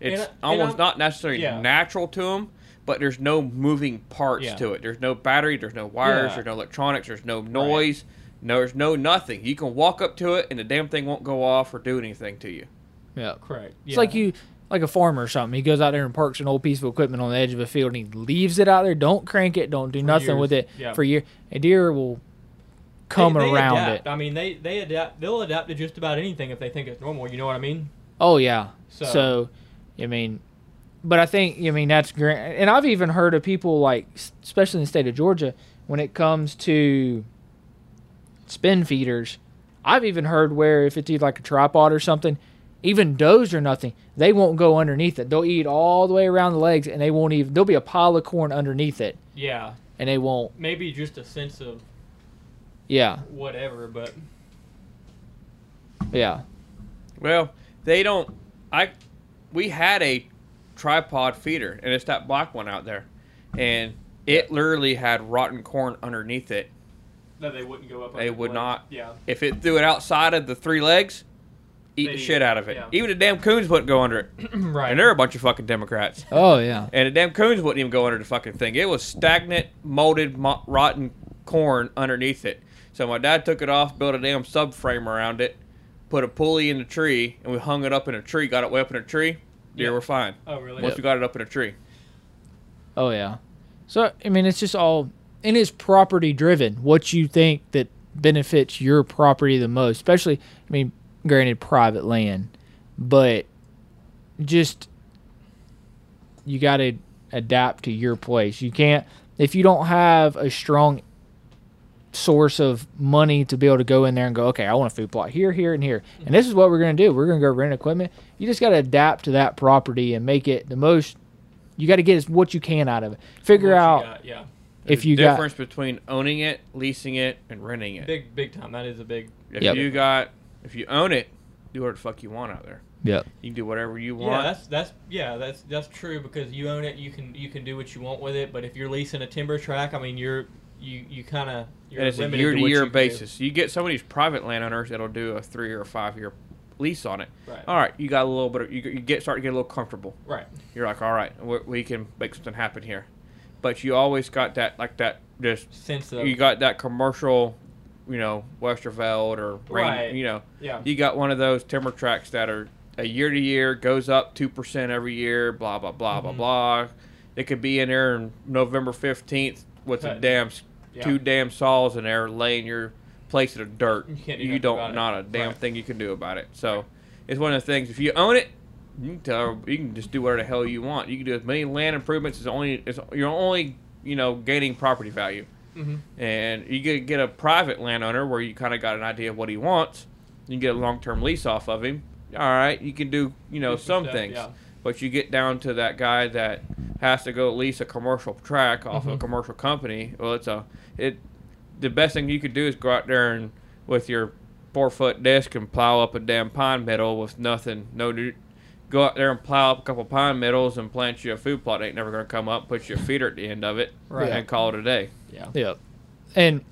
Speaker 2: it's
Speaker 6: And I- and
Speaker 2: almost
Speaker 6: I'm-
Speaker 2: not necessarily
Speaker 6: yeah.
Speaker 2: natural to them, but there's no moving parts
Speaker 6: Yeah.
Speaker 2: to it. There's no battery, there's no wires,
Speaker 6: Yeah.
Speaker 2: there's no electronics, there's no noise, no, there's no nothing. You can walk up to it and the damn thing won't go off or do anything to you.
Speaker 1: Yeah.
Speaker 6: Correct.
Speaker 1: It's like you, like a farmer or something. He goes out there and parks an old piece of equipment on the edge of a field and he leaves it out there. Don't crank it. Don't do nothing
Speaker 6: years.
Speaker 1: with it
Speaker 6: Yeah.
Speaker 1: for a year. A deer will come
Speaker 6: They- they
Speaker 1: around
Speaker 6: adapt.
Speaker 1: it.
Speaker 6: I mean, they they adapt. They'll adapt to just about anything if they think it's normal. You know what I mean?
Speaker 1: Oh yeah.
Speaker 6: So-
Speaker 1: So, I mean, but I think I mean that's great. And I've even heard of people like, s- especially in the state of Georgia, when it comes to spin feeders. I've even heard where if it's either like a tripod or something, even does or nothing, they won't go underneath it. They'll eat all the way around the legs, and they won't even. There'll be a pile of corn underneath it,
Speaker 6: Yeah.
Speaker 1: and they won't.
Speaker 6: Maybe just a sense of
Speaker 1: Yeah,
Speaker 6: whatever, but
Speaker 1: yeah,
Speaker 2: Well, they don't. I we had a tripod feeder, and it's that black one out there, and it literally had rotten corn underneath it.
Speaker 6: that they wouldn't go up.
Speaker 2: They
Speaker 6: under
Speaker 2: would
Speaker 6: the
Speaker 2: not.
Speaker 6: legs. Yeah.
Speaker 2: If it threw it outside of the three legs, eat
Speaker 6: They'd
Speaker 2: the
Speaker 6: eat
Speaker 2: shit
Speaker 6: it,
Speaker 2: out of it.
Speaker 6: yeah.
Speaker 2: Even the damn coons wouldn't go under it,
Speaker 6: right.
Speaker 2: and they're a bunch of fucking Democrats.
Speaker 1: oh yeah,
Speaker 2: And the damn coons wouldn't even go under the fucking thing. It was stagnant, molded, mo- rotten corn underneath it. So my dad took it off, built a damn subframe around it, put a pulley in the tree, and we hung it up in a tree. Got it way up in a tree. Deer
Speaker 6: Yeah.
Speaker 2: were fine.
Speaker 6: oh, really?
Speaker 2: Once we got it up in a tree.
Speaker 1: oh yeah. So I mean, it's just all and it's property driven. What you think that benefits your property the most, especially I mean, granted, private land, but just you got to adapt to your place. You can't if you don't have a strong source of money to be able to go in there and go, okay, I want a food plot here, here, and here, and this is what we're gonna do. We're gonna go rent equipment. You just got to adapt to that property and make it the most. You got to get as what you can out of it. Figure
Speaker 6: What you
Speaker 1: out
Speaker 6: got, Yeah.
Speaker 1: if you got
Speaker 2: difference between owning it, leasing it, and renting it.
Speaker 6: Big big time. That is a big.
Speaker 2: If
Speaker 1: Yep.
Speaker 2: you got, if you own it, do whatever the fuck you want out there.
Speaker 1: yep.
Speaker 2: You can do whatever you
Speaker 6: Yeah,
Speaker 2: want.
Speaker 6: that's that's yeah, that's that's true because you own it, you can you can do what you want with it. But if you're leasing a timber track, I mean, you're you you kind of you're
Speaker 2: and it's a
Speaker 6: limited
Speaker 2: year to
Speaker 6: what you
Speaker 2: year
Speaker 6: can do.
Speaker 2: basis. You get some of these private landowners that'll do a three or five year lease on it.
Speaker 6: Right.
Speaker 2: All right, you got a little bit. Of, you, you get start to get a little comfortable.
Speaker 6: Right.
Speaker 2: You're like, all right, we, we can make something happen here. But you always got that like that just
Speaker 6: Sense of
Speaker 2: you got that commercial, you know, Westerveld or rain,
Speaker 6: Right.
Speaker 2: you know,
Speaker 6: yeah.
Speaker 2: you got one of those timber tracks that are a year to year goes up two percent every year. Blah blah blah
Speaker 6: Mhm.
Speaker 2: blah blah. It could be in there on November fifteenth with a
Speaker 6: Cut.
Speaker 2: damn s
Speaker 6: Yeah.
Speaker 2: two damn saws in there laying your place in the dirt.
Speaker 6: You can't do nothing
Speaker 2: don't
Speaker 6: about it.
Speaker 2: not a damn
Speaker 6: Right.
Speaker 2: thing you can do about it. So it's one of the things. If you own it, you can tell you can just do whatever the hell you want. You can do as many land improvements as only as you're only you know gaining property value
Speaker 6: hmm
Speaker 2: and you could get a private landowner where you kind of got an idea of what he wants. You can get a long-term lease off of him. All right, you can do you know
Speaker 6: Do some
Speaker 2: some
Speaker 6: stuff,
Speaker 2: things,
Speaker 6: yeah.
Speaker 2: but you get down to that guy that has to go lease a commercial track off of a
Speaker 6: Mhm.
Speaker 2: commercial company. Well, it's a it. The best thing you could do is go out there and with your four-foot disc and plow up a damn pine middle with nothing, no. nu- Go out there and plow up a couple pine middles and plant you a food plot. that Ain't never gonna come up. Put your feeder at the end of it
Speaker 1: Right.
Speaker 2: and call it a day.
Speaker 1: Yep. And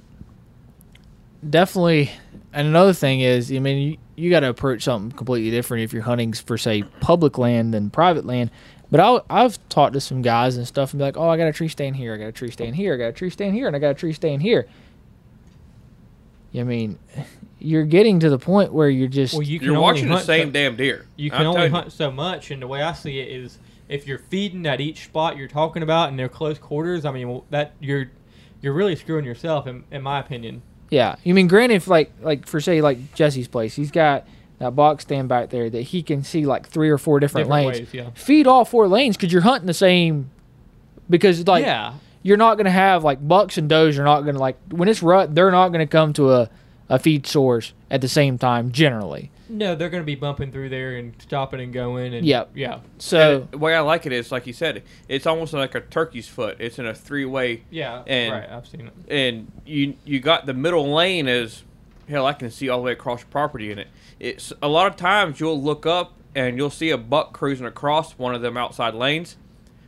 Speaker 1: definitely, and another thing is, I mean, you, you got to approach something completely different if you're hunting for, say, public land than private land. But I'll, I've talked to some guys and stuff and be like, oh, I got a tree stand here, I got a tree stand here, I got a tree stand here, and I got a tree stand here. I mean, you're getting to the point where you're just.
Speaker 6: Well, you can
Speaker 2: You're
Speaker 6: only
Speaker 2: watching the
Speaker 6: hunt
Speaker 2: same
Speaker 6: so-
Speaker 2: damn deer.
Speaker 6: You
Speaker 2: I'm
Speaker 6: can only
Speaker 2: telling you.
Speaker 6: hunt so much, and the way I see it is, if you're feeding at each spot you're talking about and they're close quarters, I mean well, that you're you're really screwing yourself, in, in my opinion.
Speaker 1: Yeah, you mean granted, if like like for say like Jesse's place, he's got that box stand back there that he can see like three or four different,
Speaker 6: Different
Speaker 1: lanes.
Speaker 6: ways, yeah.
Speaker 1: Feed all four lanes because you're hunting the same. Because like
Speaker 6: yeah,
Speaker 1: you're not gonna have like bucks and does. You're not gonna like when it's rut. They're not gonna come to a a feed source at the same time generally.
Speaker 6: no, they're going to be bumping through there and stopping and going, and
Speaker 1: Yep.
Speaker 6: yeah,
Speaker 1: So
Speaker 2: The way I like it is, like you said, it's almost like a turkey's foot. It's in a three-way,
Speaker 6: yeah,
Speaker 2: And-
Speaker 6: right. I've seen it.
Speaker 2: and you you got the middle lane is, hell, I can see all the way across your property in it. It's a lot of times you'll look up and you'll see a buck cruising across one of them outside lanes.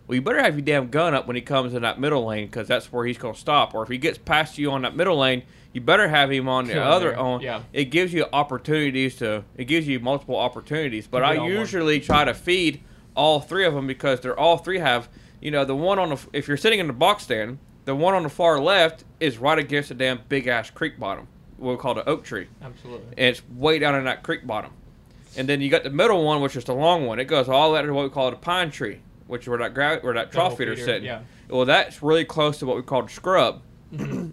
Speaker 2: Well, you better have your damn gun up when he comes in that middle lane because that's where he's gonna stop. Or if he gets past you on that middle lane, you better have him on the
Speaker 6: Kill him
Speaker 2: other
Speaker 6: there.
Speaker 2: on.
Speaker 6: Yeah.
Speaker 2: It gives you opportunities to. It gives you multiple opportunities, but
Speaker 6: Get
Speaker 2: I
Speaker 6: on one.
Speaker 2: usually try to feed all three of them because they're all three have you know the one on the f- if you're sitting in the box stand, the one on the far left is right against the damn big ass creek bottom. We'll call it an oak tree,
Speaker 6: Absolutely.
Speaker 2: and it's way down in that creek bottom. And then you got the middle one, which is the long one. It goes all the way to what we call it a pine tree, which is where that gra- where that trough
Speaker 6: Double
Speaker 2: feeder's
Speaker 6: feeder,
Speaker 2: sitting.
Speaker 6: yeah.
Speaker 2: Well, that's really close to what we call the scrub.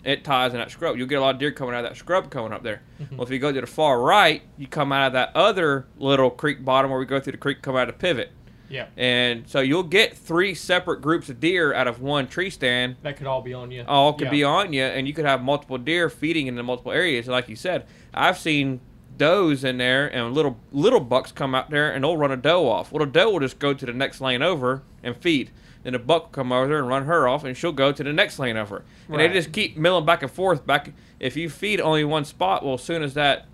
Speaker 2: it ties in that scrub. You'll get a lot of deer coming out of that scrub coming up there. Well, if you go to the far right, you come out of that other little creek bottom where we go through the creek, come out of the pivot.
Speaker 6: Yeah.
Speaker 2: And so you'll get three separate groups of deer out of one tree stand
Speaker 6: That could all be on you.
Speaker 2: all could
Speaker 6: Yeah.
Speaker 2: be on you, and you could have multiple deer feeding in the multiple areas. And Like you said, I've seen does in there, and little little bucks come out there, and they'll run a doe off. Well, the doe will just go to the next lane over and feed. Then the buck will come over there and run her off, and she'll go to the next lane over. And
Speaker 6: Right.
Speaker 2: they just keep milling back and forth. Back if you feed only one spot, well, as soon as that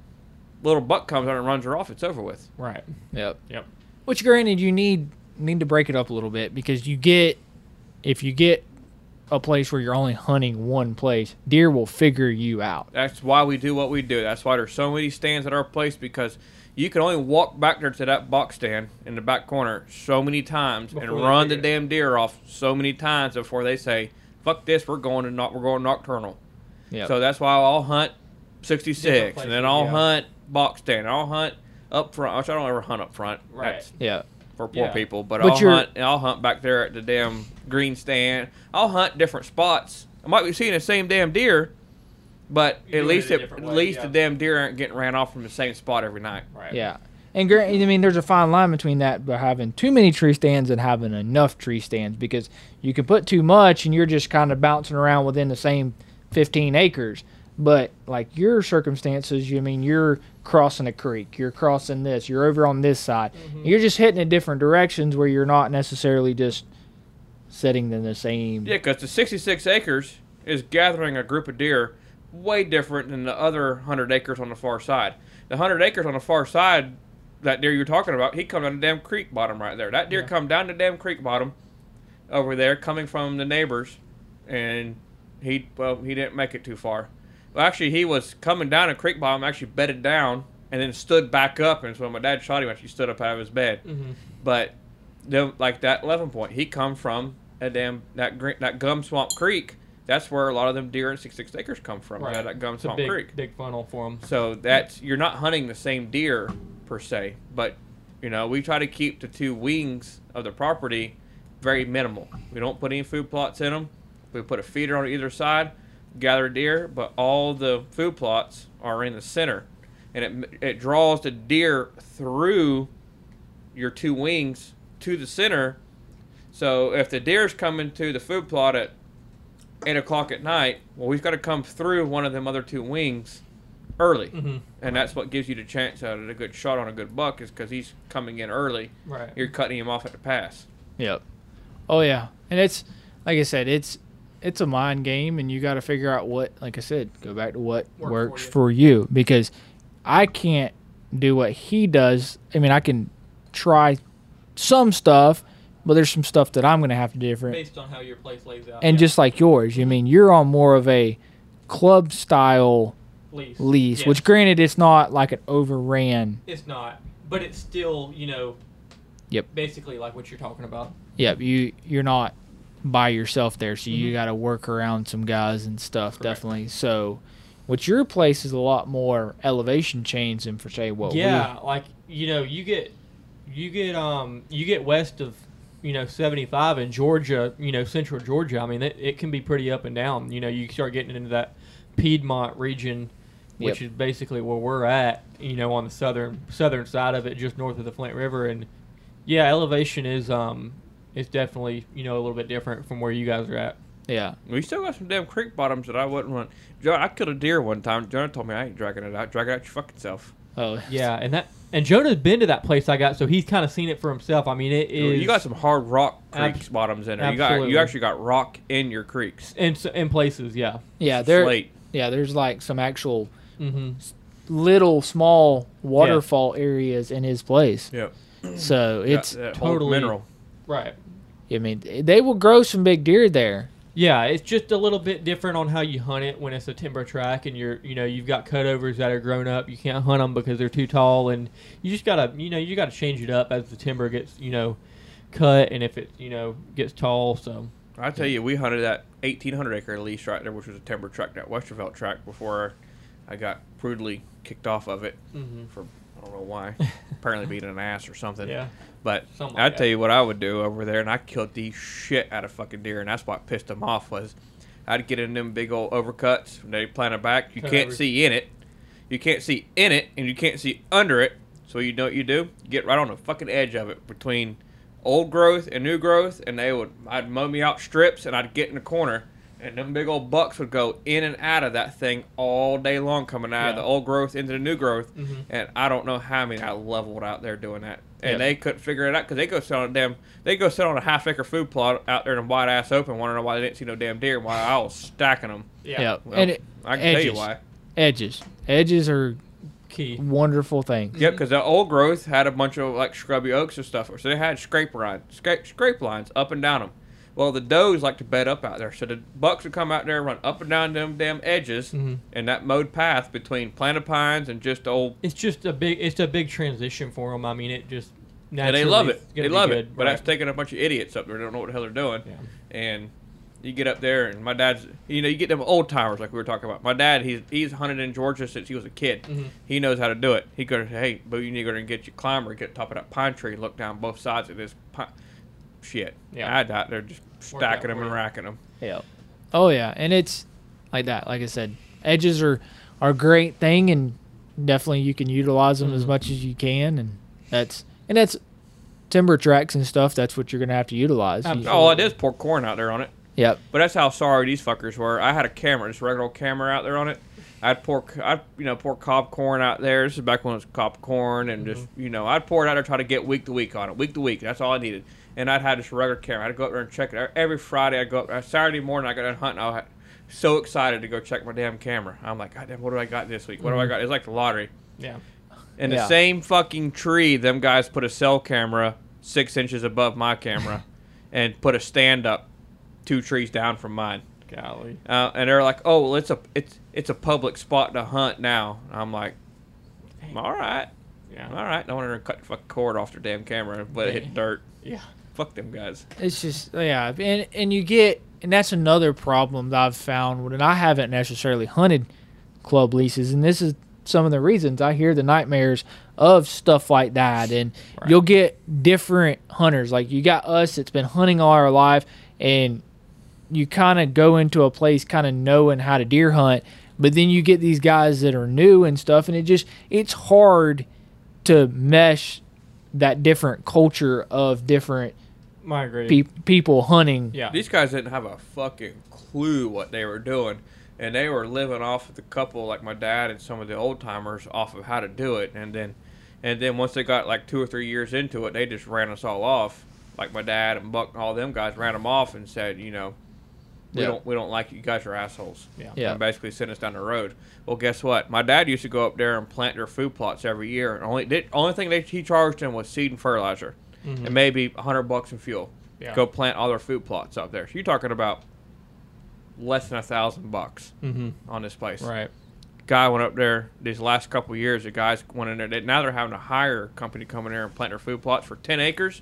Speaker 2: little buck comes out and runs her off, it's over with.
Speaker 6: Right.
Speaker 1: Yep.
Speaker 6: Yep.
Speaker 1: Which, granted, you need need to break it up a little bit because you get if you get a place where you're only hunting one place, deer will figure you out.
Speaker 2: That's why we do what we do. That's why there's so many stands at our place because you can only walk back there to that box stand in the back corner so many times
Speaker 6: Before
Speaker 2: and
Speaker 6: they
Speaker 2: run the
Speaker 6: figure it.
Speaker 2: damn deer off so many times before they say, "Fuck this, we're going to not, we're going nocturnal."
Speaker 1: Yeah.
Speaker 2: So that's why I'll hunt 66,
Speaker 6: Different
Speaker 2: and then
Speaker 6: places,
Speaker 2: I'll
Speaker 6: yeah.
Speaker 2: hunt box stand. I'll hunt up front, which I don't ever hunt up front.
Speaker 6: Right.
Speaker 2: That's
Speaker 1: yeah.
Speaker 2: for poor
Speaker 6: Yeah.
Speaker 2: people, but,
Speaker 1: But
Speaker 2: I'll
Speaker 1: you're-
Speaker 2: hunt. I'll hunt back there at the damn green stand. I'll hunt different spots. I might be seeing the same damn deer, but
Speaker 6: You're
Speaker 2: at
Speaker 6: doing it
Speaker 2: least it,
Speaker 6: a
Speaker 2: at
Speaker 6: different way,
Speaker 2: least
Speaker 6: yeah.
Speaker 2: the damn deer aren't getting ran off from the same spot every night.
Speaker 6: Right.
Speaker 1: Yeah. And granted, I mean, there's a fine line between that, but having too many tree stands and having enough tree stands because you can put too much and you're just kind of bouncing around within the same 15 acres. But like your circumstances, you I mean you're crossing a creek, you're crossing this, you're over on this side, you're just hitting in different directions where you're not necessarily just sitting in the same.
Speaker 2: Yeah, because the 66 acres is gathering a group of deer way different than the other 100 acres on the far side. The 100 acres on the far side, that deer you're talking about, he come down the damn creek bottom right there. That deer come down the damn creek bottom over there, coming from the neighbors, and he well he didn't make it too far. Well, actually, he was coming down a creek bottom, actually bedded down, and then stood back up. And so when my dad shot him, actually stood up out of his bed.
Speaker 6: Mm-hmm.
Speaker 2: But the, like that eleven point, he come from a damn that green, that gum swamp creek. That's where a lot of them deer and six six acres come from.
Speaker 6: Right.
Speaker 2: Right. That gum
Speaker 6: It's a
Speaker 2: swamp
Speaker 6: big,
Speaker 2: creek.
Speaker 6: big funnel for them.
Speaker 2: So that's you're not hunting the same deer per se, but you know we try to keep the two wings of the property very minimal. We don't put any food plots in them. We put a feeder on either side, gather deer, but all the food plots are in the center, and it it draws the deer through your two wings to the center. So if the deer's coming to the food plot at eight o'clock at night, well, we've got to come through one of them other two wings early,
Speaker 6: Mm-hmm.
Speaker 2: and that's what gives you the chance at a good shot on a good buck is because he's coming in early.
Speaker 6: Right.
Speaker 2: You're cutting him off at the pass.
Speaker 1: Yep. Oh yeah, and it's like I said, it's it's a mind game, and you got to figure out what, like I said, go back to what
Speaker 6: Work for
Speaker 1: works
Speaker 6: you.
Speaker 1: for you because I can't do what he does. I mean, I can try some stuff, but there's some stuff that I'm gonna have to do different.
Speaker 6: Based on how your place lays out.
Speaker 1: And
Speaker 6: yeah.
Speaker 1: just like yours, you mean you're on more of a club style
Speaker 6: lease.
Speaker 1: lease,
Speaker 6: Yes.
Speaker 1: which granted it's not like an overran.
Speaker 6: it's not, but it's still you know.
Speaker 1: Yep.
Speaker 6: Basically, like what you're talking about.
Speaker 1: Yep, you you're not by yourself there, so
Speaker 2: Mm-hmm.
Speaker 1: you got to work around some guys and stuff definitely. So, what your place is a lot more elevation change than for say what
Speaker 6: yeah, like you know, you get, you get, um, you get west of, you know, 75 in Georgia, you know, central Georgia. I mean, it, it can be pretty up and down. You know, you start getting into that Piedmont region, which
Speaker 1: Yep.
Speaker 6: is basically where we're at. You know, on the southern southern side of it, just north of the Flint River, and yeah, elevation is um, is definitely you know a little bit different from where you guys are at.
Speaker 1: we yeah
Speaker 2: We still got some damn creek bottoms that I wouldn't run. John, I killed a deer one time. John told me I ain't dragging it out. Drag it out your fucking self.
Speaker 1: oh
Speaker 6: Yeah, and that and Jonah's been to that place I got, so he's kind of seen it for himself. I mean, it is
Speaker 2: Oh, you got some hard rock
Speaker 6: Ab-
Speaker 2: creeks bottoms in there. You got
Speaker 6: absolutely.
Speaker 2: you actually got rock in your creeks.
Speaker 6: in s- in places, yeah.
Speaker 1: yeah there
Speaker 2: Slate.
Speaker 1: yeah there's like some actual
Speaker 6: Mm-hmm.
Speaker 1: little small waterfall areas in his place.
Speaker 2: Yep.
Speaker 1: So it's
Speaker 2: That- that whole
Speaker 6: totally-
Speaker 2: mineral.
Speaker 6: Right.
Speaker 1: I mean they will grow some big deer there.
Speaker 6: Yeah, it's just a little bit different on how you hunt it when it's a timber track and you're, you know, you've got cutovers that are grown up. You can't hunt them because they're too tall, and you just gotta, you know, you gotta change it up as the timber gets, you know, cut and if it you know gets tall. So
Speaker 2: I tell you, we hunted that 1,800 acre lease right there, which was a timber tract, that Westervelt tract, before I got brutally kicked off of it for I don't know why. Apparently being an ass or something.
Speaker 6: yeah,
Speaker 2: But
Speaker 6: Something
Speaker 2: I
Speaker 6: like
Speaker 2: tell
Speaker 6: that.
Speaker 2: you what I would do over there, and I killed the shit out of fucking deer, and that's what pissed them off was I'd get in them big old overcuts. When they plant it back, you
Speaker 6: Cut
Speaker 2: can't
Speaker 6: over.
Speaker 2: see in it, you can't see in it, and you can't see under it. So you know what you do? Get right on the fucking edge of it between old growth and new growth, and they would I'd mow me out strips, and I'd get in the corner. And them big old bucks would go in and out of that thing all day long, coming out of
Speaker 6: Yeah.
Speaker 2: the old growth into the new growth.
Speaker 1: Mm-hmm.
Speaker 6: Mhm.
Speaker 2: And I don't know how many I leveled out there doing that and
Speaker 6: Yeah.
Speaker 2: they couldn't figure it out because they go sit on a damn they go sit on a half acre food plot out there in a wide ass open, wondering why they didn't see no damn deer, and why I was stacking them.
Speaker 1: Yeah.
Speaker 6: yeah,
Speaker 2: Well,
Speaker 1: and it,
Speaker 2: I can tell
Speaker 1: edges.
Speaker 2: you why.
Speaker 1: edges. Edges are
Speaker 6: key.
Speaker 1: wonderful things.
Speaker 2: Yep, because the old growth had a bunch of like scrubby oaks and stuff, so they had scrape lines, scrape, scrape lines up and down them. Well, the does like to bed up out there, so the bucks would come out there, run up and down them damn edges,
Speaker 6: Mhm.
Speaker 2: and that mowed path between planted pines and just old.
Speaker 6: It's just a big it's a big transition for them. I mean, it just
Speaker 2: Yeah,
Speaker 6: naturally
Speaker 2: they love it.
Speaker 6: it's gonna
Speaker 2: They
Speaker 6: be
Speaker 2: love
Speaker 6: good,
Speaker 2: it. But
Speaker 6: right.
Speaker 2: that's taking a bunch of idiots up there. They don't know what the hell they're doing.
Speaker 6: Yeah.
Speaker 2: and you get up there and my dad's you know you get them old timers like we were talking about my dad he's he's hunted in georgia since he was a kid
Speaker 6: Mhm.
Speaker 2: he knows how to do it he goes hey boo you need to go there and get your climber get top of that pine tree look down both sides of this pine shit
Speaker 6: Yeah.
Speaker 2: i doubt they're just
Speaker 6: out
Speaker 2: stacking them
Speaker 6: for
Speaker 2: and
Speaker 6: you.
Speaker 2: racking them
Speaker 1: Yeah. Oh yeah, and it's like that. Like I said, edges are are a great thing, and definitely you can utilize them as much as you can, and that's and that's timber tracks and stuff. That's what you're gonna have to utilize. You-
Speaker 6: Absolutely.
Speaker 2: all i did is pour corn out there on it
Speaker 1: Yep.
Speaker 2: But that's how sorry these fuckers were. I had a camera, just a regular old camera out there on it. I'd pour, I'd you know pour cob corn out there. This is back when it was cob corn, and just you know I'd pour it out there, try to get week to week on it, week to week. That's all I needed. And I'd have this regular camera. I'd go up there and check it E, every Friday. I'd go up there. Saturday morning. I got done hunting. I was so excited to go check my damn camera. I'm like, God damn, what do I got this week? What do I got? It's like the lottery.
Speaker 6: yeah.
Speaker 2: In
Speaker 1: Yeah.
Speaker 2: the same fucking tree, them guys put a cell camera six inches above my camera, and put a stand up two trees down from mine.
Speaker 6: Golly.
Speaker 2: Uh, and they're like, "Oh, well, it's a it's it's a public spot to hunt now." And I'm like, "All right,
Speaker 6: Yeah.
Speaker 2: all right." No wonder they cut the fucking cord off their damn camera, but it hit dirt.
Speaker 6: Yeah.
Speaker 2: Fuck them guys.
Speaker 1: It's just yeah, and and you get and that's another problem that I've found when I haven't necessarily hunted club leases, and this is some of the reasons I hear the nightmares of stuff like that. And you'll get different hunters, like you got us that's been hunting all our life, and you kind of go into a place kind of knowing how to deer hunt, but then you get these guys that are new and stuff, and it just it's hard to mesh that different culture of different
Speaker 6: I agree.
Speaker 1: pe- people hunting.
Speaker 6: Yeah.
Speaker 2: These guys didn't have a fucking clue what they were doing, and they were living off of the couple like my dad and some of the old timers off of how to do it, and then, and then once they got like two or three years into it, they just ran us all off. Like my dad and Buck and all them guys ran them off and said, you know, we
Speaker 1: Yeah.
Speaker 2: don't we don't like you. you guys are assholes.
Speaker 6: Yeah.
Speaker 1: Yeah.
Speaker 2: And basically sent us down the road. Well, guess what? My dad used to go up there and plant their food plots every year, and only did, only thing they, he charged them was seed and fertilizer, and maybe a hundred bucks in fuel.
Speaker 6: Yeah.
Speaker 2: Go plant all their food plots up there. So you're talking about less than a thousand bucks
Speaker 6: Mm-hmm.
Speaker 2: on this place.
Speaker 6: Right.
Speaker 2: Guy went up there these last couple of years. The guys went in there. They, now they're having to hire a company to come in there and plant their food plots for ten acres,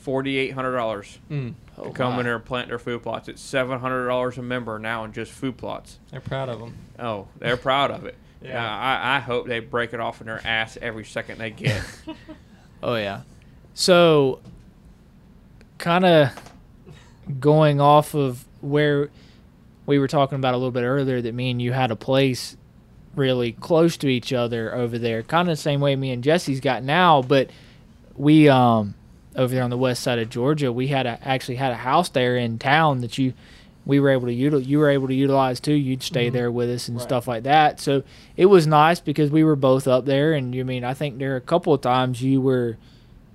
Speaker 2: forty eight hundred dollars
Speaker 6: Mm.
Speaker 1: Oh,
Speaker 2: to come
Speaker 1: wow.
Speaker 2: in there and plant their food plots. It's seven hundred dollars a member now in just food plots.
Speaker 6: They're proud of them.
Speaker 2: Oh, they're proud of it.
Speaker 6: Yeah.
Speaker 2: Yeah, I, I hope they break it off in their ass every second they get.
Speaker 1: Oh yeah. So, kind of going off of where we were talking about a little bit earlier, that me and you had a place really close to each other over there, kind of the same way me and Jesse's got now, but we um over there on the west side of Georgia, we had a, actually had a house there in town that you we were able to util- you were able to utilize too. You'd stay there with us and
Speaker 6: Mm-hmm. Right.
Speaker 1: stuff like that. So it was nice because we were both up there, and you mean I think there are a couple of times you were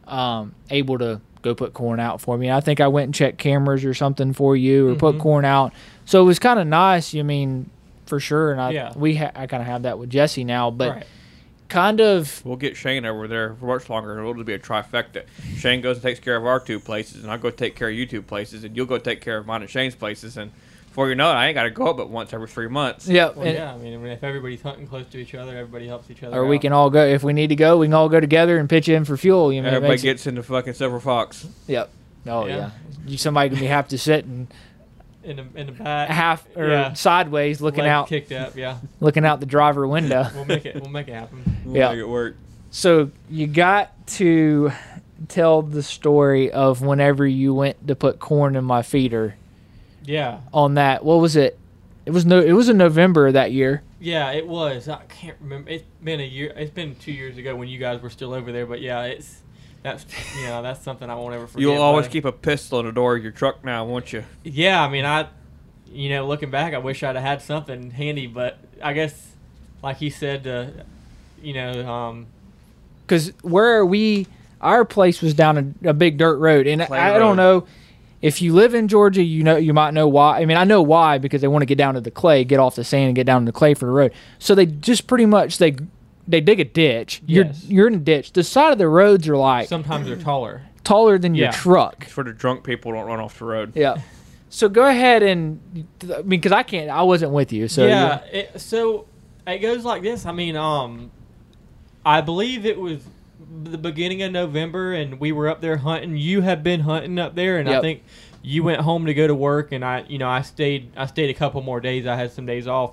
Speaker 1: um, able to go put corn out for me. I think I went and checked cameras or something for you or put
Speaker 6: Mm-hmm.
Speaker 1: corn out. So it was kind of nice. You mean for sure, and I
Speaker 6: Yeah.
Speaker 1: we ha- I kind of have that with Jesse now, but
Speaker 6: right.
Speaker 1: kind of
Speaker 2: we'll get Shane over there for much longer. and It'll just be a trifecta. Shane goes and takes care of our two places, and I'll go take care of you two places, and you'll go take care of mine and Shane's places. And before you know it, I ain't got to go up but once every three months.
Speaker 1: yeah.
Speaker 6: Well,
Speaker 1: and-
Speaker 6: yeah. I mean, if everybody's hunting close to each other, everybody helps each other.
Speaker 1: Or we
Speaker 6: out.
Speaker 1: can all go if we need to go. We can all go together and pitch in for fuel. You know, it
Speaker 2: Everybody
Speaker 1: makes it-
Speaker 2: gets into fucking Silver Fox.
Speaker 1: Yep. Oh
Speaker 6: Yeah.
Speaker 1: yeah, You somebody gonna be have to sit and
Speaker 6: in the in the back.
Speaker 1: half or
Speaker 6: Yeah.
Speaker 1: sideways looking
Speaker 6: leg
Speaker 1: out,
Speaker 6: kicked up. Yeah,
Speaker 1: looking out the driver window.
Speaker 6: we'll make it. We'll make it happen.
Speaker 2: We'll
Speaker 1: Yeah.
Speaker 2: Make it work.
Speaker 1: So you got to tell the story of whenever you went to put corn in my feeder
Speaker 6: Yeah,
Speaker 1: on that. What was it? It was no. It was in November that year.
Speaker 6: yeah, it was. I can't remember. It's been a year. It's been two years ago when you guys were still over there. But yeah, it's that's yeah, that's something I won't ever forget.
Speaker 2: You'll always
Speaker 6: buddy.
Speaker 2: keep a pistol in the door of your truck now, won't you?
Speaker 6: Yeah, I mean, I, you know, looking back, I wish I'd have had something handy, but I guess, like he said, uh, you know, um,
Speaker 1: because where we our place was down a, a big dirt road and
Speaker 2: Clay
Speaker 1: I, I
Speaker 2: road.
Speaker 1: don't know if you live in georgia you know you might know why i mean i know why because they want to get down to the clay get off the sand and get down to the clay for the road so they just pretty much they they dig a ditch you're
Speaker 6: Yes.
Speaker 1: you're in a ditch the side of the roads are like
Speaker 6: sometimes they're taller.
Speaker 1: taller than
Speaker 6: Yeah.
Speaker 1: your truck
Speaker 2: For the drunk people don't run off the road.
Speaker 1: yeah so go ahead and i mean because i can't i wasn't with you so
Speaker 6: yeah, it, so it goes like this. I mean, um, I believe it was the beginning of November, and we were up there hunting. You have been hunting up there, and I
Speaker 1: Yep.
Speaker 6: think you went home to go to work, and I, you know, I stayed. I stayed a couple more days. I had some days off,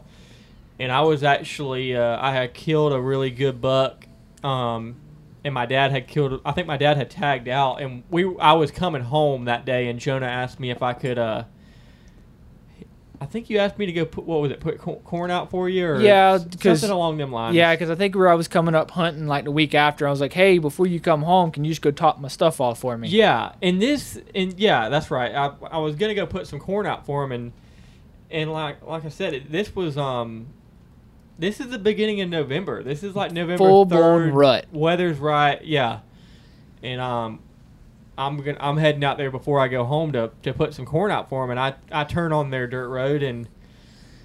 Speaker 6: and I was actually uh, I had killed a really good buck. Um, and my dad had killed. I think my dad had tagged out, and we. I was coming home that day, and Jonah asked me if I could. Uh, I think you asked me to go put what was it? Put cor- corn out for you, or
Speaker 1: Yeah, 'cause-
Speaker 6: something along them lines.
Speaker 1: Yeah, because I think where I was coming up hunting like the week after, I was like, "Hey, before you come home, can you just go top my stuff off for me?"
Speaker 6: Yeah, and this and yeah, that's right. I, I was gonna go put some corn out for him, and and like like I said, it, this was um, this is the beginning of November. This is like November
Speaker 1: Full blown
Speaker 6: 3rd,
Speaker 1: rut.
Speaker 6: Weather's right, yeah, and um, I'm gonna I'm heading out there before I go home to to put some corn out for him, and I I turn on their dirt road and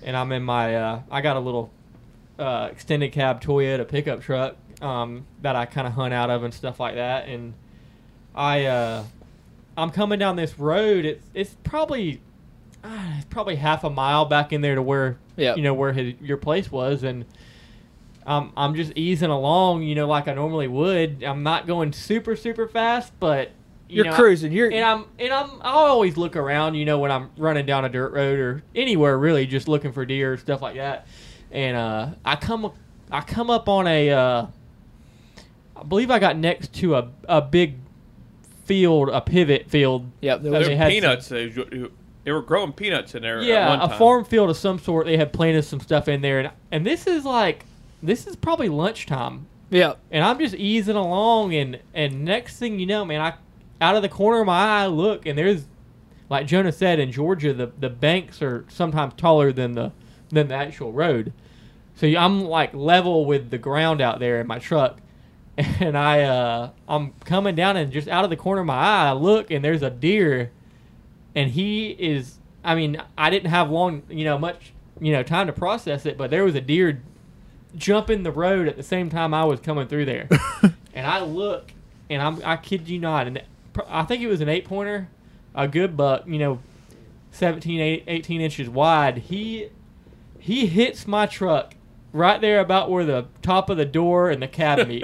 Speaker 6: and I'm in my uh, I got a little uh, extended cab Toyota pickup truck um, that I kind of hunt out of and stuff like that. And I uh, I'm coming down this road. It's it's probably ah, it's probably half a mile back in there to where
Speaker 1: Yeah.
Speaker 6: you know where his, your place was and. Um, I'm just easing along, you know, like I normally would. I'm not going super, super fast, but you
Speaker 1: You're
Speaker 6: know, I-
Speaker 1: cruising. You're
Speaker 6: and I'm and I'm I always look around, you know, when I'm running down a dirt road or anywhere really, just looking for deer or stuff like that. And uh, I come I come up on a uh, I believe I got next to a a big field, a pivot field.
Speaker 1: Yep, there
Speaker 6: that
Speaker 1: was-
Speaker 6: they
Speaker 2: There
Speaker 6: had
Speaker 2: were
Speaker 6: some-
Speaker 2: peanuts. They, they were growing peanuts in there. at one
Speaker 6: yeah, a
Speaker 2: time.
Speaker 6: farm field of some sort. They had planted some stuff in there, and and this is like this is probably lunchtime
Speaker 1: yeah.
Speaker 6: and I'm just easing along, and and next thing you know, man, I out of the corner of my eye I look, and there's like Jonah said in Georgia, the the banks are sometimes taller than the than the actual road, so you- I'm like level with the ground out there in my truck, and I uh, I'm coming down, and just out of the corner of my eye I look, and there's a deer, and he is. I mean, I didn't have long, you know, much, you know, time to process it, but there was a deer jumping the road at the same time I was coming through there. and I look, and I'm I kid you not, and pr- I think it was an eight pointer, a good buck, you know, 17, eight- 18 inches wide. He he hits my truck right there about where the top of the door and the cab meet.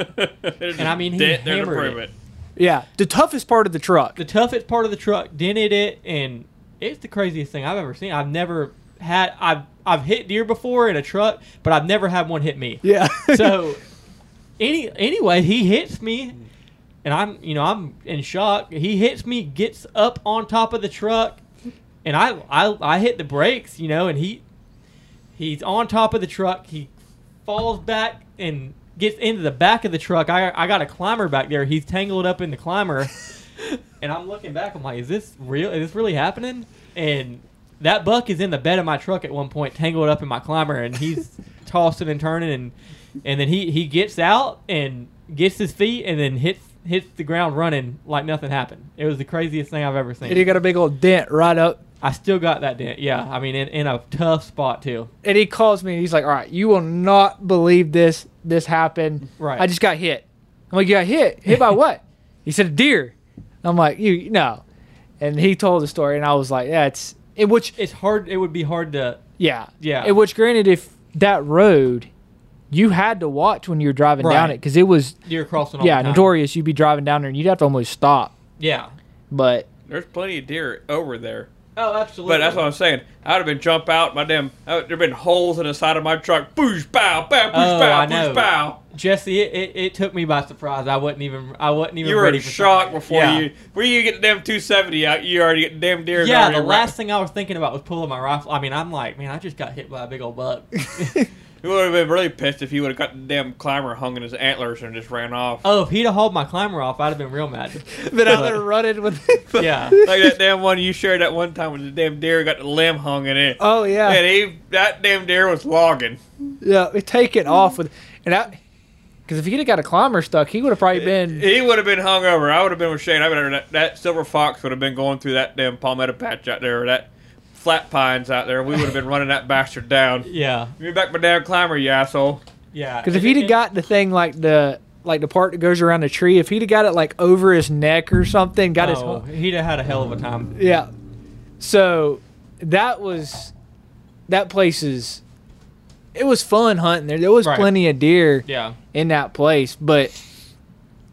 Speaker 2: and
Speaker 6: I mean, he hammered it.
Speaker 1: Yeah, the toughest part of the truck.
Speaker 6: the toughest part of the truck dented it and it's the craziest thing I've ever seen. I've never had I've I've hit deer before in a truck, but I've never had one hit me.
Speaker 1: yeah.
Speaker 6: so any anyway, he hits me, and I'm you know I'm in shock. He hits me, gets up on top of the truck, and I I, I hit the brakes, you know, and he he's on top of the truck. He falls back and gets into the back of the truck. I I got a climber back there. He's tangled up in the climber, and I'm looking back. I'm like, is this real? Is this really happening? And that buck is in the bed of my truck at one point, tangled up in my climber, and he's tossing and turning, and and then he he gets out and gets his feet, and then hits hits the ground running like nothing happened. It was the craziest thing I've ever
Speaker 1: and he
Speaker 6: seen.
Speaker 1: got a big old dent right up.
Speaker 6: I still got that dent. Yeah, I mean, in, in a tough spot too.
Speaker 1: And he calls me and he's like, "All right, you will not believe this. This happened.
Speaker 6: Right.
Speaker 1: I just got hit." I'm like, "You got hit? Hit by what?" he said, "A deer." I'm like, "You no." And he told the story, and I was like, "Yeah, it's in which
Speaker 6: It's hard. It would be hard to.
Speaker 1: yeah
Speaker 6: Yeah.
Speaker 1: In which granted, if that road, you had to watch when you were driving down
Speaker 6: Right.
Speaker 1: it because it was
Speaker 6: Deer crossing. All
Speaker 1: yeah
Speaker 6: the time.
Speaker 1: notorious. You'd be driving down there and you'd have to almost stop,
Speaker 6: Yeah,
Speaker 1: but
Speaker 2: There's plenty of deer over there.
Speaker 6: Oh, absolutely.
Speaker 2: But that's what I'm saying. I'd have been jump out. My damn, uh, there'd have been holes in the side of my truck. Boosh bow, bow, boosh
Speaker 6: Oh,
Speaker 2: bow,
Speaker 6: I
Speaker 2: boosh
Speaker 6: know.
Speaker 2: bow.
Speaker 6: Jesse, it, it, it took me by surprise. I wasn't even I wasn't even
Speaker 2: You were
Speaker 6: ready
Speaker 2: in
Speaker 6: for
Speaker 2: shock
Speaker 6: something.
Speaker 2: before
Speaker 6: yeah.
Speaker 2: you. Where you get the damn 270 out, you already get the damn deer.
Speaker 6: Yeah,
Speaker 2: already
Speaker 6: the
Speaker 2: ra-
Speaker 6: last thing I was thinking about was pulling my rifle. I mean, I'm like, man, I just got hit by a big old buck.
Speaker 2: You would have been really pissed if you would have got the damn climber hung in his antlers and just ran off.
Speaker 6: oh, if he'd have hauled my climber off, I'd have been real mad.
Speaker 1: Been out there running with.
Speaker 6: Yeah.
Speaker 2: like that damn one you shared that one time when the damn deer got the limb hung in it.
Speaker 1: Oh
Speaker 2: And he, that damn deer was logging.
Speaker 1: Yeah, they take it off with, and I, because if he'd have got a climber stuck, he would have probably been.
Speaker 2: He would have been hung over. I would have been with Shane. I would have, that, that silver fox would have been going through that damn palmetto patch out there, or that flat pines out there. We would have been running that bastard down.
Speaker 6: Yeah.
Speaker 2: You're back my damn climber, you asshole.
Speaker 6: Yeah.
Speaker 1: Because if he'd have got the thing like the like the part that goes around the tree, if he'd have got it like over his neck or something, got
Speaker 6: Oh,
Speaker 1: his
Speaker 6: he'd have had a hell of a time.
Speaker 1: yeah. So that was that place is. It was fun hunting there. There was
Speaker 6: Right.
Speaker 1: plenty of deer
Speaker 6: Yeah.
Speaker 1: in that place, but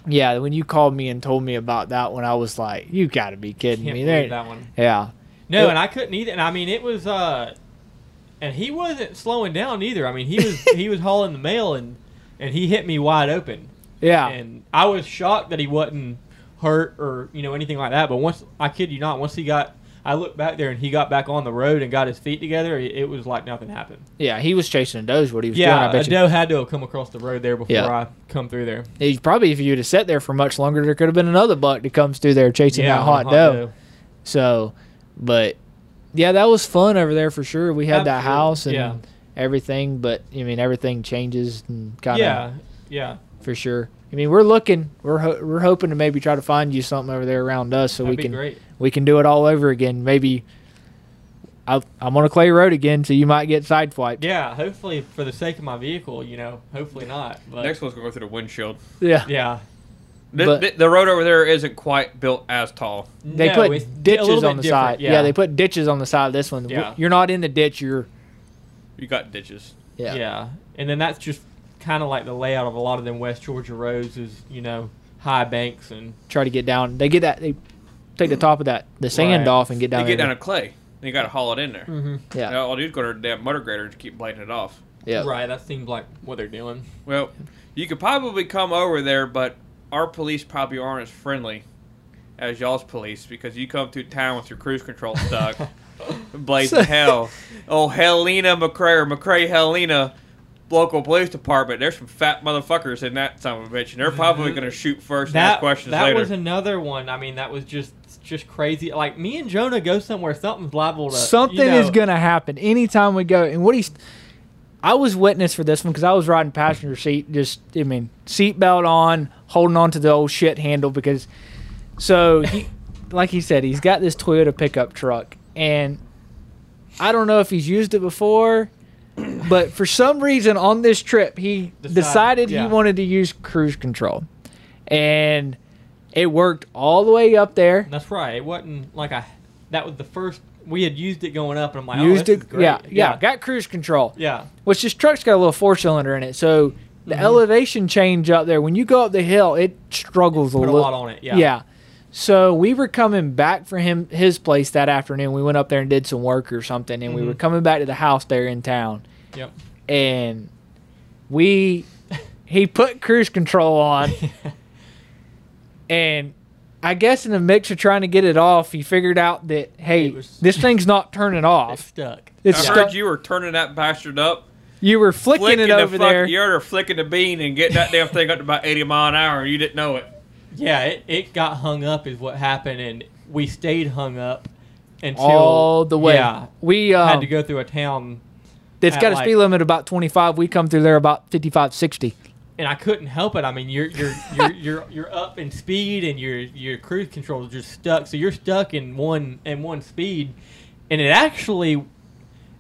Speaker 1: yeah, when you called me and told me about that one, I was like, "You got to be kidding
Speaker 6: Can't
Speaker 1: me!"
Speaker 6: believe
Speaker 1: There,
Speaker 6: that one.
Speaker 1: yeah,
Speaker 6: No,
Speaker 1: It-
Speaker 6: and I couldn't either. And I mean, it was, uh, and he wasn't slowing down either. I mean, he was he was hauling the mail, and and he hit me wide open.
Speaker 1: yeah.
Speaker 6: And I was shocked that he wasn't hurt or you know anything like that. But once I kid you not, once he got, I looked back there and he got back on the road and got his feet together. It, it was like nothing happened.
Speaker 1: Yeah, he was chasing a doe. What he was doing,
Speaker 6: yeah,
Speaker 1: I
Speaker 6: a
Speaker 1: bet you.
Speaker 6: doe had to have come across the road there before
Speaker 1: Yeah.
Speaker 6: I come through there.
Speaker 1: He probably if you'd have sat there for much longer, there could have been another buck that comes through there chasing that
Speaker 6: on a
Speaker 1: hot, doe. So, but yeah, that was fun over there for sure. We had that
Speaker 6: Absolutely,
Speaker 1: house and
Speaker 6: yeah.
Speaker 1: everything, but I mean everything changes and kind of
Speaker 6: Yeah, yeah.
Speaker 1: for sure. I mean we're looking, we're ho- we're hoping to maybe try to find you something over there around us so
Speaker 6: That'd
Speaker 1: we
Speaker 6: be
Speaker 1: can
Speaker 6: great.
Speaker 1: we can do it all over again. Maybe I, I'm on a clay road again, so you might get sidewiped.
Speaker 6: Yeah, hopefully for the sake of my vehicle, you know, hopefully not. But
Speaker 2: Next one's going to go through the windshield.
Speaker 1: Yeah,
Speaker 6: yeah,
Speaker 2: This,
Speaker 1: But-
Speaker 2: thi- the road over there isn't quite built as tall.
Speaker 1: They
Speaker 6: No, it's
Speaker 1: put
Speaker 6: di- a little
Speaker 1: ditches on
Speaker 6: bit
Speaker 1: the
Speaker 6: different,
Speaker 1: side. Yeah. they put ditches on the side of this one. W-
Speaker 6: Yeah.
Speaker 1: You're not in the ditch. You're
Speaker 2: You got ditches.
Speaker 1: yeah.
Speaker 6: yeah. And then that's just kind of like the layout of a lot of them West Georgia roads is you know high banks and
Speaker 1: Try to get down. They get that. They take the top of that the sand
Speaker 6: Right.
Speaker 1: off and get down.
Speaker 2: you get down
Speaker 1: there. Mm.
Speaker 2: to clay. You got to haul it in there.
Speaker 1: yeah.
Speaker 2: Now, all you do is go to the damn motor grader and just keep blading it off.
Speaker 1: Yeah.
Speaker 6: right. That seems like what they're doing.
Speaker 2: Well, you could probably come over there, but our police probably aren't as friendly as y'all's police because you come through town with your cruise control stuck, blazing hell. Oh, Helena McCray or McCray Helena local police department. There's some fat motherfuckers in that son of a bitch, and they're probably gonna shoot first and ask
Speaker 6: That
Speaker 2: questions
Speaker 6: that
Speaker 2: later.
Speaker 6: was another one. I mean, that was just just crazy. Like me and Jonah go somewhere, something's liable to you
Speaker 1: Something is
Speaker 6: know-
Speaker 1: gonna happen anytime we go. And what he's, I was witness for this one because I was riding passenger seat. Just I mean, seatbelt on, holding on to the old shit handle because. So he, like he said, he's got this Toyota pickup truck, and I don't know if he's used it before, but for some reason on this trip he
Speaker 6: Decide-
Speaker 1: decided
Speaker 6: yeah.
Speaker 1: he wanted to use cruise control, and it worked all the way up there.
Speaker 6: That's right. It wasn't like I. That was the first we had used it going up, and I'm like, oh,
Speaker 1: used
Speaker 6: this
Speaker 1: it,
Speaker 6: is great.
Speaker 1: yeah, yeah, got cruise control.
Speaker 6: yeah.
Speaker 1: which this truck's got a little four cylinder in it. So the
Speaker 6: Mm-hmm.
Speaker 1: elevation change up there, when you go up the hill, it struggles a
Speaker 6: Put a
Speaker 1: little.
Speaker 6: lot on it. Yeah.
Speaker 1: So we were coming back from him his place that afternoon. We went up there and did some work or something, and we
Speaker 6: Mm-hmm.
Speaker 1: were coming back to the house there in town,
Speaker 6: Yep.
Speaker 1: and we he put cruise control on, and. I guess in the mix of trying to get it off, he figured out that hey,
Speaker 6: It was-
Speaker 1: this thing's not turning
Speaker 6: It's
Speaker 1: off.
Speaker 6: stuck.
Speaker 1: It's
Speaker 2: I
Speaker 1: stuck.
Speaker 2: heard you were turning that bastard up,
Speaker 1: You were flicking, it
Speaker 2: the
Speaker 1: over
Speaker 2: fuck-
Speaker 1: there.
Speaker 2: You were flicking the bean and getting that damn thing up to about 80 mile an hour, and you didn't know it.
Speaker 6: Yeah, it, it got hung up is what happened, and we stayed hung up until
Speaker 1: all the way.
Speaker 6: Yeah,
Speaker 1: We um,
Speaker 6: had to go through a town,
Speaker 1: It's
Speaker 6: at,
Speaker 1: got a
Speaker 6: like-
Speaker 1: speed limit of about 25. We come through there about 55, 60.
Speaker 6: and I couldn't help it. I mean, you're you're you're you're, you're up in speed, and your your cruise control is just stuck. So you're stuck in one in one speed, and it actually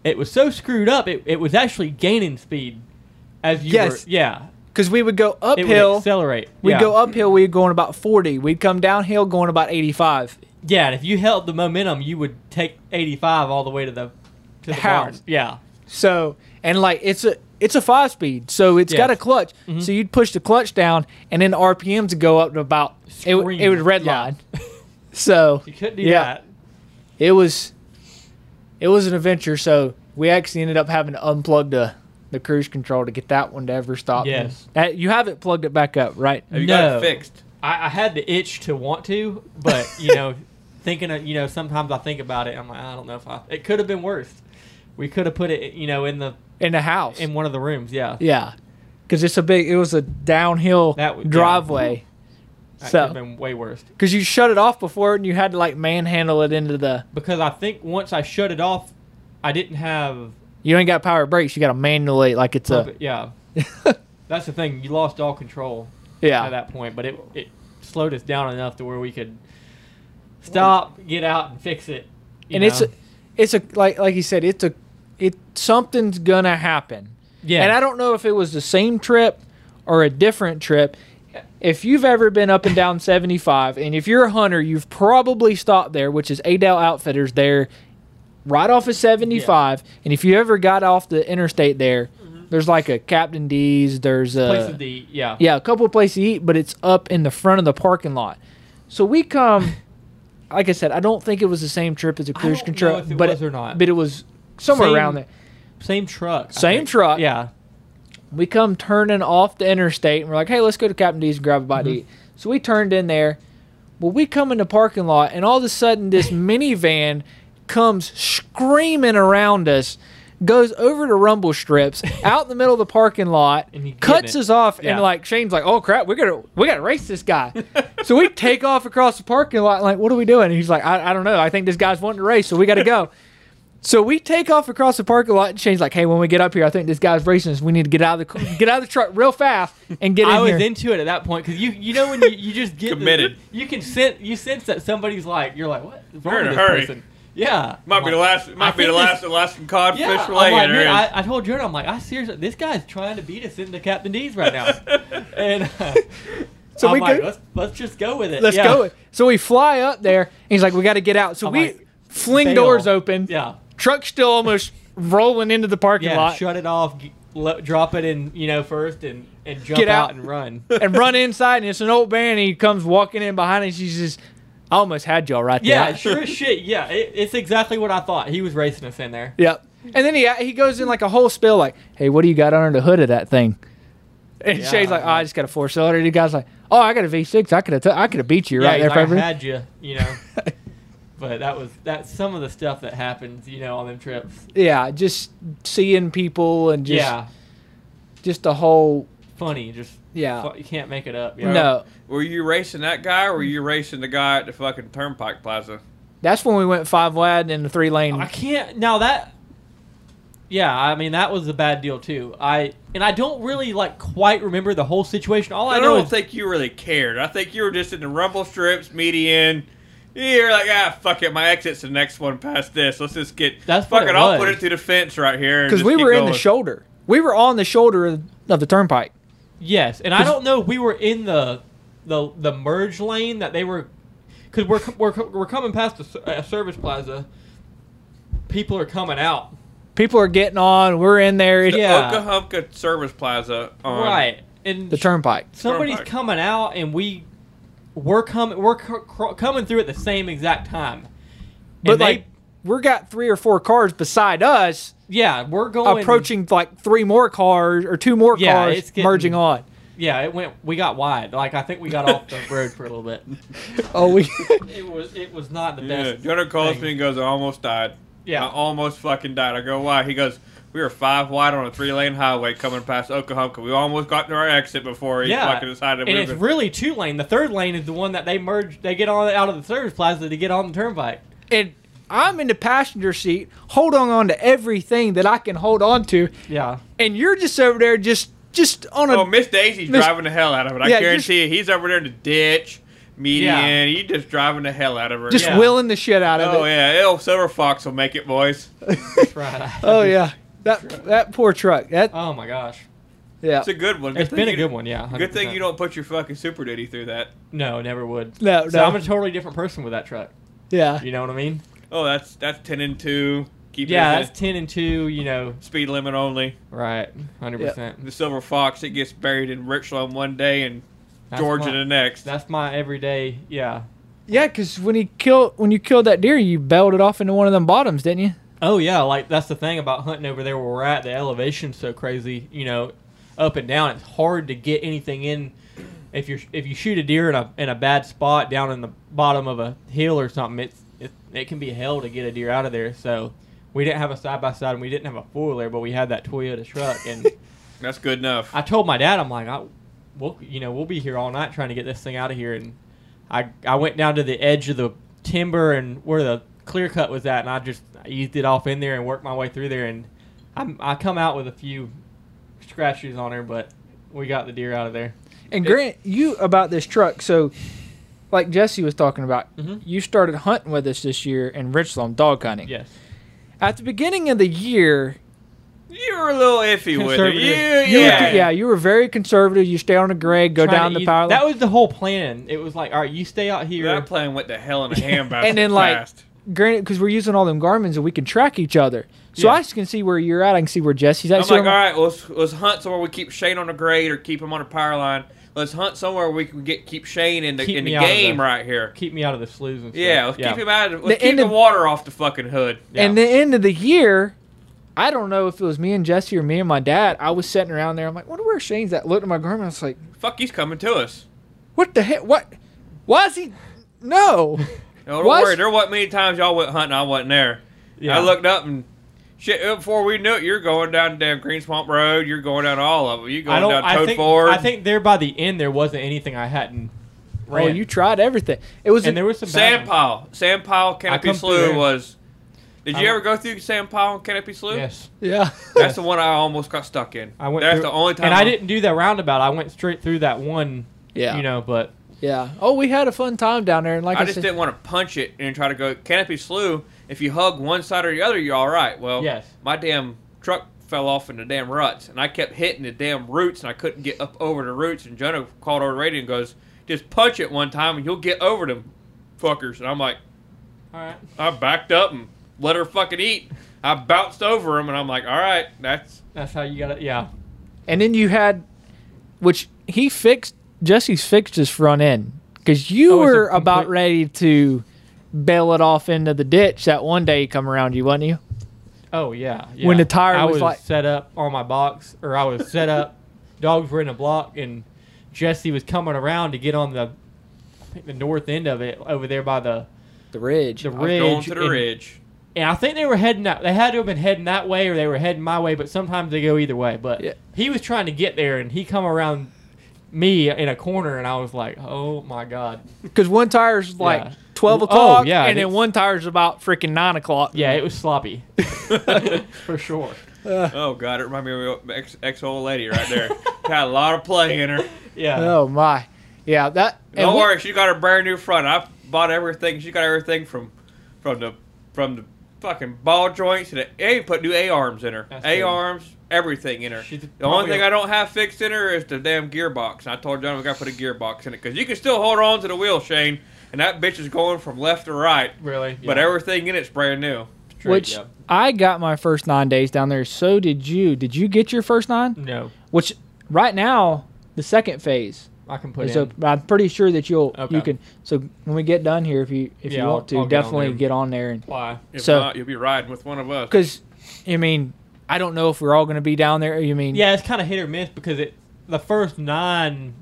Speaker 6: it was so screwed up. It, it was actually gaining speed as you
Speaker 1: Yes.
Speaker 6: were. Yeah,
Speaker 1: Because we would go
Speaker 6: it would
Speaker 1: uphill.
Speaker 6: accelerate.
Speaker 1: We'd
Speaker 6: yeah.
Speaker 1: go uphill. We'd going about 40. We'd come downhill going about 85.
Speaker 6: Yeah, and if you held the momentum, you would take 85 all the way to the to the barn.
Speaker 1: House.
Speaker 6: Yeah.
Speaker 1: So and like it's a it's a five speed, so it's got a
Speaker 6: Yes. Mm-hmm.
Speaker 1: clutch. So you'd push the clutch down, and then the RPMs would go up to about it, w-
Speaker 6: Scream.
Speaker 1: it would red
Speaker 6: Yeah.
Speaker 1: line. So
Speaker 6: You could do
Speaker 1: Yeah.
Speaker 6: that.
Speaker 1: it was it was an adventure. So we actually ended up having to unplug the the cruise control to get that one to ever stop.
Speaker 6: Yes.
Speaker 1: Uh, you haven't plugged it back up, right?
Speaker 2: Have you got
Speaker 6: No.
Speaker 2: it fixed?
Speaker 6: I, I had the itch to want to, but you know, thinking of, you know, sometimes I think about it. I'm like, I don't know if I. It could have been worse. We could have put it, you know, in the
Speaker 1: In the house.
Speaker 6: in one of the rooms. Yeah,
Speaker 1: yeah. Because it's a big. It was a downhill
Speaker 6: That w- yeah.
Speaker 1: driveway.
Speaker 6: that could have
Speaker 1: So
Speaker 6: been way worse.
Speaker 1: because you shut it off before and you had to like manhandle it into the.
Speaker 6: Because I think once I shut it off, I didn't have.
Speaker 1: You ain't got power brakes. You got to manually like it's a.
Speaker 6: yeah,
Speaker 1: yeah.
Speaker 6: that's the thing. You lost all control at that point, but it it slowed us down enough to where we could stop, get out, and fix it. you
Speaker 1: and it's
Speaker 6: know?
Speaker 1: a, it's a like like you said it's a it something's gonna happen
Speaker 6: Yeah.
Speaker 1: and i don't know if it was the same trip or a different trip if you've ever been up and down 75 and if you're a hunter you've probably stopped there which is adel outfitters there right off of 75 and if you ever got off the interstate there
Speaker 6: Mm-hmm.
Speaker 1: there's like a captain d's there's a
Speaker 6: place of the yeah.
Speaker 1: Uh, yeah, a couple of places to eat, but it's up in the front of the parking lot. So we come, like I said, I don't think it was the same trip as a cruise
Speaker 6: don't
Speaker 1: control,
Speaker 6: know if it
Speaker 1: but
Speaker 6: was or not.
Speaker 1: but it was somewhere
Speaker 6: Same-
Speaker 1: around there.
Speaker 6: Same truck. I
Speaker 1: Same
Speaker 6: think.
Speaker 1: truck.
Speaker 6: Yeah.
Speaker 1: We come turning off the interstate, and we're like, hey, let's go to Captain D's and grab a bite
Speaker 6: Mm-hmm.
Speaker 1: to eat. So we turned in there. Well, we come in the parking lot, and all of a sudden, this minivan comes screaming around us. Goes over to Rumble Strips out in the middle of the parking lot,
Speaker 6: And you get
Speaker 1: cuts
Speaker 6: it.
Speaker 1: us off,
Speaker 6: Yeah.
Speaker 1: and like Shane's like, "Oh crap, we gotta we gotta race this guy." so we take off across the parking lot, like, "What are we doing?" And he's like, I, "I don't know. I think this guy's wanting to race, so we gotta go." So we take off across the parking lot, and Shane's like, "Hey, when we get up here, I think this guy's racing us. We need to get out of the get out of the truck real fast and get in
Speaker 6: I was
Speaker 1: here."
Speaker 6: into it at that point because you you know when you, you just get the-
Speaker 2: Committed.
Speaker 6: you can sense you sense that somebody's like you're like what is wrong
Speaker 2: You're in
Speaker 6: with
Speaker 2: a
Speaker 6: this
Speaker 2: hurry.
Speaker 6: person? Yeah,
Speaker 2: Might be the last.
Speaker 6: I
Speaker 2: Might be the
Speaker 6: think
Speaker 2: last
Speaker 6: this-
Speaker 2: Alaskan codfish
Speaker 6: Yeah, I'm
Speaker 2: fillet
Speaker 6: like,
Speaker 2: there
Speaker 6: man,
Speaker 2: is.
Speaker 6: I, I told Jordan I'm like I seriously this guy's trying to beat us into Captain D's right now, and uh,
Speaker 1: So
Speaker 6: I'm
Speaker 1: we
Speaker 6: like
Speaker 1: go-
Speaker 6: let's let's just go with it.
Speaker 1: Let's
Speaker 6: yeah.
Speaker 1: go. So we fly up there. And he's like, "We got to get out." So
Speaker 6: I'm
Speaker 1: we
Speaker 6: like,
Speaker 1: fling
Speaker 6: bail.
Speaker 1: doors open.
Speaker 6: Yeah,
Speaker 1: Truck still almost rolling into the parking
Speaker 6: yeah.
Speaker 1: lot.
Speaker 6: Shut it off. G- le- drop it in you know first and and jump
Speaker 1: Get out.
Speaker 6: and run.
Speaker 1: and run inside, and it's an old man. And he comes walking in behind, and she says, "I almost had y'all right
Speaker 6: Yeah,
Speaker 1: there."
Speaker 6: sure as shit. Yeah, it, it's exactly what I thought. He was racing us in there.
Speaker 1: Yep. And then he he goes in like a whole spill, like, "Hey, what do you got under the hood of that thing?" And
Speaker 6: Yeah,
Speaker 1: Shay's like,
Speaker 6: I
Speaker 1: oh,
Speaker 6: know.
Speaker 1: "I just got a four cylinder." The guy's like, "Oh, I got a V six. I could have t- I could have beat you
Speaker 6: yeah,
Speaker 1: right
Speaker 6: he's
Speaker 1: there,
Speaker 6: like,
Speaker 1: February."
Speaker 6: I had you, you know. but that was that's some of the stuff that happens, you know, on them trips.
Speaker 1: yeah, just seeing people and just
Speaker 6: yeah,
Speaker 1: just the whole
Speaker 6: funny. Just
Speaker 1: yeah.
Speaker 6: fu- you can't make it up. You know?
Speaker 1: No,
Speaker 2: Were you racing that guy, or were you racing the guy at the fucking Turnpike Plaza?
Speaker 1: that's when we went five wide in the three
Speaker 6: I
Speaker 1: lane.
Speaker 6: can't. Now that, yeah, I mean that was a bad deal too. I and I don't really like quite remember the whole situation. All I
Speaker 2: I
Speaker 6: know
Speaker 2: don't
Speaker 6: is
Speaker 2: think you really cared. I think you were just in the rumble strips, median. You're like, ah, fuck it. My exit's the next one past this. Let's just get.
Speaker 6: That's what
Speaker 2: fucking.
Speaker 6: it
Speaker 2: I'll
Speaker 6: was.
Speaker 2: put it through the fence right here. and
Speaker 1: Because
Speaker 2: just
Speaker 1: we
Speaker 2: keep
Speaker 1: were in
Speaker 2: going."
Speaker 1: the shoulder, we were on the shoulder of of the turnpike.
Speaker 6: yes, and I
Speaker 1: 'Cause-
Speaker 6: don't know. if We were in the the the merge lane that they were, because we're co- we're co- we're coming past a, s- a service plaza. People are coming out.
Speaker 1: People are getting on. We're in there. It's
Speaker 2: The
Speaker 6: Yeah.
Speaker 2: Oklahoma Service Plaza. On,
Speaker 6: Right. And
Speaker 1: the turnpike.
Speaker 6: somebody's
Speaker 2: Turnpike.
Speaker 6: coming out and we we're coming we're cr- cr- coming through at the same exact time And
Speaker 1: But
Speaker 6: they-
Speaker 1: like, we're got three or four cars beside us
Speaker 6: yeah we're going
Speaker 1: approaching like three more cars or two more
Speaker 6: Yeah,
Speaker 1: cars
Speaker 6: it's getting-
Speaker 1: merging on.
Speaker 6: yeah it went we got wide like i think we got off the road for a little bit
Speaker 1: Oh, we
Speaker 6: it was it was not the
Speaker 2: Yeah.
Speaker 6: best
Speaker 2: Gunner calls
Speaker 6: thing.
Speaker 2: me and goes, I almost died.
Speaker 6: Yeah.
Speaker 2: I almost fucking died. I go, why? He goes, we were five wide on a three lane highway coming past Oklahoma. We almost got to our exit before he
Speaker 6: yeah
Speaker 2: fucking decided
Speaker 6: and
Speaker 2: we
Speaker 6: it's
Speaker 2: were-
Speaker 6: really two lane the third lane is the one that they merged they get on out of the service plaza to get on the turnpike
Speaker 1: and I'm in the passenger seat, holding on to everything that I can hold on to,
Speaker 6: yeah
Speaker 1: and you're just over there, just just on a
Speaker 2: Oh, Miss Daisy's
Speaker 1: Miss-
Speaker 2: driving the hell out of it. I
Speaker 1: Yeah,
Speaker 2: guarantee you. He's over there in the ditch, median.
Speaker 6: Yeah.
Speaker 2: He's just driving the hell out of her.
Speaker 1: just
Speaker 6: Yeah.
Speaker 1: willing the shit out of
Speaker 2: Oh,
Speaker 1: it.
Speaker 2: yeah. El Silver Fox will make it, boys.
Speaker 6: that's right
Speaker 1: Oh yeah, that that poor truck. That
Speaker 6: oh my gosh
Speaker 1: yeah.
Speaker 2: It's a good one.
Speaker 6: it's
Speaker 2: thing
Speaker 6: been a
Speaker 2: you-
Speaker 6: good one yeah
Speaker 2: Good thing
Speaker 6: 100%.
Speaker 2: you don't put your fucking Super Duty through that.
Speaker 6: no never would
Speaker 1: No,
Speaker 6: so
Speaker 1: no.
Speaker 6: i'm a totally different person with that truck
Speaker 1: yeah.
Speaker 6: you know what i mean
Speaker 2: Oh, that's that's 10 and 2. Keep it
Speaker 6: Yeah,
Speaker 2: in
Speaker 6: that's ten and two. You know,
Speaker 2: the speed limit only.
Speaker 6: right, hundred percent.
Speaker 2: The Silver Fox, it gets buried in Richland one day and
Speaker 6: That's
Speaker 2: Georgia
Speaker 6: my-
Speaker 2: the next.
Speaker 6: That's my everyday. Yeah,
Speaker 1: Yeah, because when he killed when you killed that deer, you bailed it off into one of them bottoms, didn't you?
Speaker 6: Oh yeah, like that's the thing about hunting over there where we're at. The elevation's so crazy, you know, up and down. It's hard to get anything in. If you if you shoot a deer in a in a bad spot down in the bottom of a hill or something, it's it, it can be hell to get a deer out of there. So we didn't have a side by side and we didn't have a four wheeler, but we had that Toyota truck. And
Speaker 2: That's good enough.
Speaker 6: I told my dad, I'm like, I, we'll you know we'll be here all night trying to get this thing out of here. And I I went down to the edge of the timber and where the clear cut was at, and I just eased it off in there and worked my way through there. And I'm, I come out with a few scratches on her, but we got the deer out of there.
Speaker 1: And Grant, you about this truck. So, like Jesse was talking about,
Speaker 2: Mm-hmm.
Speaker 6: Mhm.
Speaker 1: you started hunting with us this year in Richland dog hunting.
Speaker 6: Yes.
Speaker 1: At the beginning of the year,
Speaker 2: You were a little iffy with it.
Speaker 6: Conservative.
Speaker 2: You,
Speaker 1: you
Speaker 2: yeah.
Speaker 1: were, yeah, you were very conservative. You stay on the grid, go
Speaker 6: Trying to
Speaker 1: down the
Speaker 6: ease-
Speaker 1: power
Speaker 6: That
Speaker 1: line.
Speaker 6: was the whole plan. It was like, all right, you stay out here.
Speaker 2: That plane went to hell in a handbasket.
Speaker 1: And then, like,
Speaker 2: fast.
Speaker 1: Granted, because we're using all them Garmin's and we can track each other. So
Speaker 6: Yeah. Oh
Speaker 1: I can see where you're at. I can see where Jesse's at.
Speaker 2: I'm
Speaker 1: so
Speaker 2: like, all
Speaker 1: I'm-
Speaker 2: right, let's, let's hunt somewhere we keep Shane on the grade or keep him on a power line. Let's hunt somewhere we can get keep Shane in the
Speaker 6: Keep
Speaker 2: in the
Speaker 6: me out of
Speaker 2: game
Speaker 6: the-
Speaker 2: right here.
Speaker 6: Keep me out of the sloughs and stuff.
Speaker 2: Yeah, let's keep him out. Of, let's
Speaker 1: The
Speaker 2: keep
Speaker 1: end
Speaker 2: the
Speaker 1: of-
Speaker 2: water off the fucking hood.
Speaker 6: Yeah.
Speaker 1: And the end of the year, I don't know if it was me and Jesse or me and my dad. I was sitting around there. I'm like, wonder where Shane's at. Looked at my Garmin. I was like,
Speaker 2: Fuck, he's coming to us.
Speaker 1: what the heck? What? Why is he? No.
Speaker 2: No, don't
Speaker 1: Was-
Speaker 2: worry. There wasn't many times y'all went hunting. I wasn't there.
Speaker 6: Yeah.
Speaker 2: I looked up and shit. uh, Before we knew it, you're going down damn Green Swamp Road. You're going down all of it. You
Speaker 6: I
Speaker 2: going
Speaker 6: don't.
Speaker 2: down
Speaker 6: I
Speaker 2: Toad
Speaker 6: think.
Speaker 2: Ford.
Speaker 6: I think there by the end there wasn't anything I hadn't.
Speaker 1: Oh,
Speaker 6: Ran.
Speaker 1: you tried everything. It was.
Speaker 6: and
Speaker 1: a-
Speaker 6: there was some bad
Speaker 2: Sand
Speaker 6: ones.
Speaker 2: Pile. Sand Pile Canopy
Speaker 6: come through
Speaker 2: Slough
Speaker 6: there.
Speaker 2: was. Did
Speaker 6: I
Speaker 2: you
Speaker 6: went-
Speaker 2: ever go through Sand Pile and Canopy Slough?
Speaker 6: Yes,
Speaker 1: yeah.
Speaker 2: That's the one I almost got stuck in.
Speaker 6: I went.
Speaker 2: That's
Speaker 6: through-
Speaker 2: the only time.
Speaker 6: And
Speaker 2: I-
Speaker 6: I didn't do that roundabout. I went straight through that one.
Speaker 1: yeah.
Speaker 6: You know, but
Speaker 1: Yeah. Oh, we had a fun time down there, and like I,
Speaker 2: I just
Speaker 1: said,
Speaker 2: didn't want to punch it and try to go Canopy Slough. If you hug one side or the other, you're all right. Well,
Speaker 6: Yes.
Speaker 2: my damn truck fell off in the damn ruts, and I kept hitting the damn roots, and I couldn't get up over the roots. And Jonah called over the radio and goes, "Just punch it one time, and you'll get over them fuckers." And I'm like,
Speaker 6: all right.
Speaker 2: I backed up and let her fucking eat. I bounced over him, and I'm like, all right, that's
Speaker 6: That's how you got it. Yeah.
Speaker 1: and then you had, which he fixed. Jesse's fixed his front end because you
Speaker 6: Oh, it's a
Speaker 1: were about
Speaker 6: complete-
Speaker 1: ready to bail it off into the ditch that one day he come around you, wasn't you?
Speaker 6: Oh yeah. yeah.
Speaker 1: When the tire
Speaker 6: I
Speaker 1: was
Speaker 6: was,
Speaker 1: like-
Speaker 6: set up on my box, or I was set up. Dogs were in a block, and Jesse was coming around to get on the, I think the north end of it over there by the
Speaker 1: The ridge.
Speaker 6: the
Speaker 2: I was going
Speaker 6: ridge.
Speaker 2: to the
Speaker 6: and-
Speaker 2: ridge.
Speaker 6: And I think they were heading that. They had to have been heading that way, or they were heading my way. But sometimes they go either way. But
Speaker 1: Yeah.
Speaker 6: he was trying to get there, and he come around me in a corner, and I was like, "Oh my god!"
Speaker 1: Because one tire's like
Speaker 6: Yeah.
Speaker 1: twelve
Speaker 6: Oh,
Speaker 1: o'clock,
Speaker 6: yeah,
Speaker 1: and then
Speaker 6: it's-
Speaker 1: one tire's about freaking nine o'clock.
Speaker 6: Yeah, it was sloppy for sure.
Speaker 2: Oh god, it reminded me of ex ex old lady right there. Got a lot of play in her.
Speaker 6: Yeah,
Speaker 1: Oh my. Yeah. That. and
Speaker 2: Don't
Speaker 1: we-
Speaker 2: worry, she got her brand new front. I bought everything. She got everything from from the from the fucking ball joints to the. They put new A arms in her.
Speaker 6: That's
Speaker 2: A
Speaker 6: good.
Speaker 2: arms, everything in her.
Speaker 6: She's
Speaker 2: the only
Speaker 6: probably
Speaker 2: thing
Speaker 6: a-
Speaker 2: I don't have fixed in her is the damn gearbox. And I told John we got to put a gearbox in it because you can still hold on to the wheel, Shane. And that bitch is going from left to right,
Speaker 6: really.
Speaker 2: but
Speaker 6: yeah.
Speaker 2: everything in it's brand new.
Speaker 6: Straight,
Speaker 1: which
Speaker 6: yeah.
Speaker 1: I got my first nine days down there. So did you? Did you get your first nine?
Speaker 6: no,
Speaker 1: Which right now the second phase.
Speaker 6: I can put
Speaker 1: is
Speaker 6: in.
Speaker 1: op- I'm pretty sure that you'll you
Speaker 6: Okay.
Speaker 1: can. So when we get done here, if you if
Speaker 6: Yeah,
Speaker 1: you
Speaker 6: I'll-
Speaker 1: want to,
Speaker 6: I'll get on
Speaker 1: definitely
Speaker 6: there.
Speaker 1: get on there and
Speaker 6: Why?
Speaker 2: If
Speaker 1: So-
Speaker 2: not, you'll be riding with one of us.
Speaker 1: because I mean I don't know if we're all going to be down there. You mean
Speaker 6: Yeah, it's kind of hit or miss because it the first nine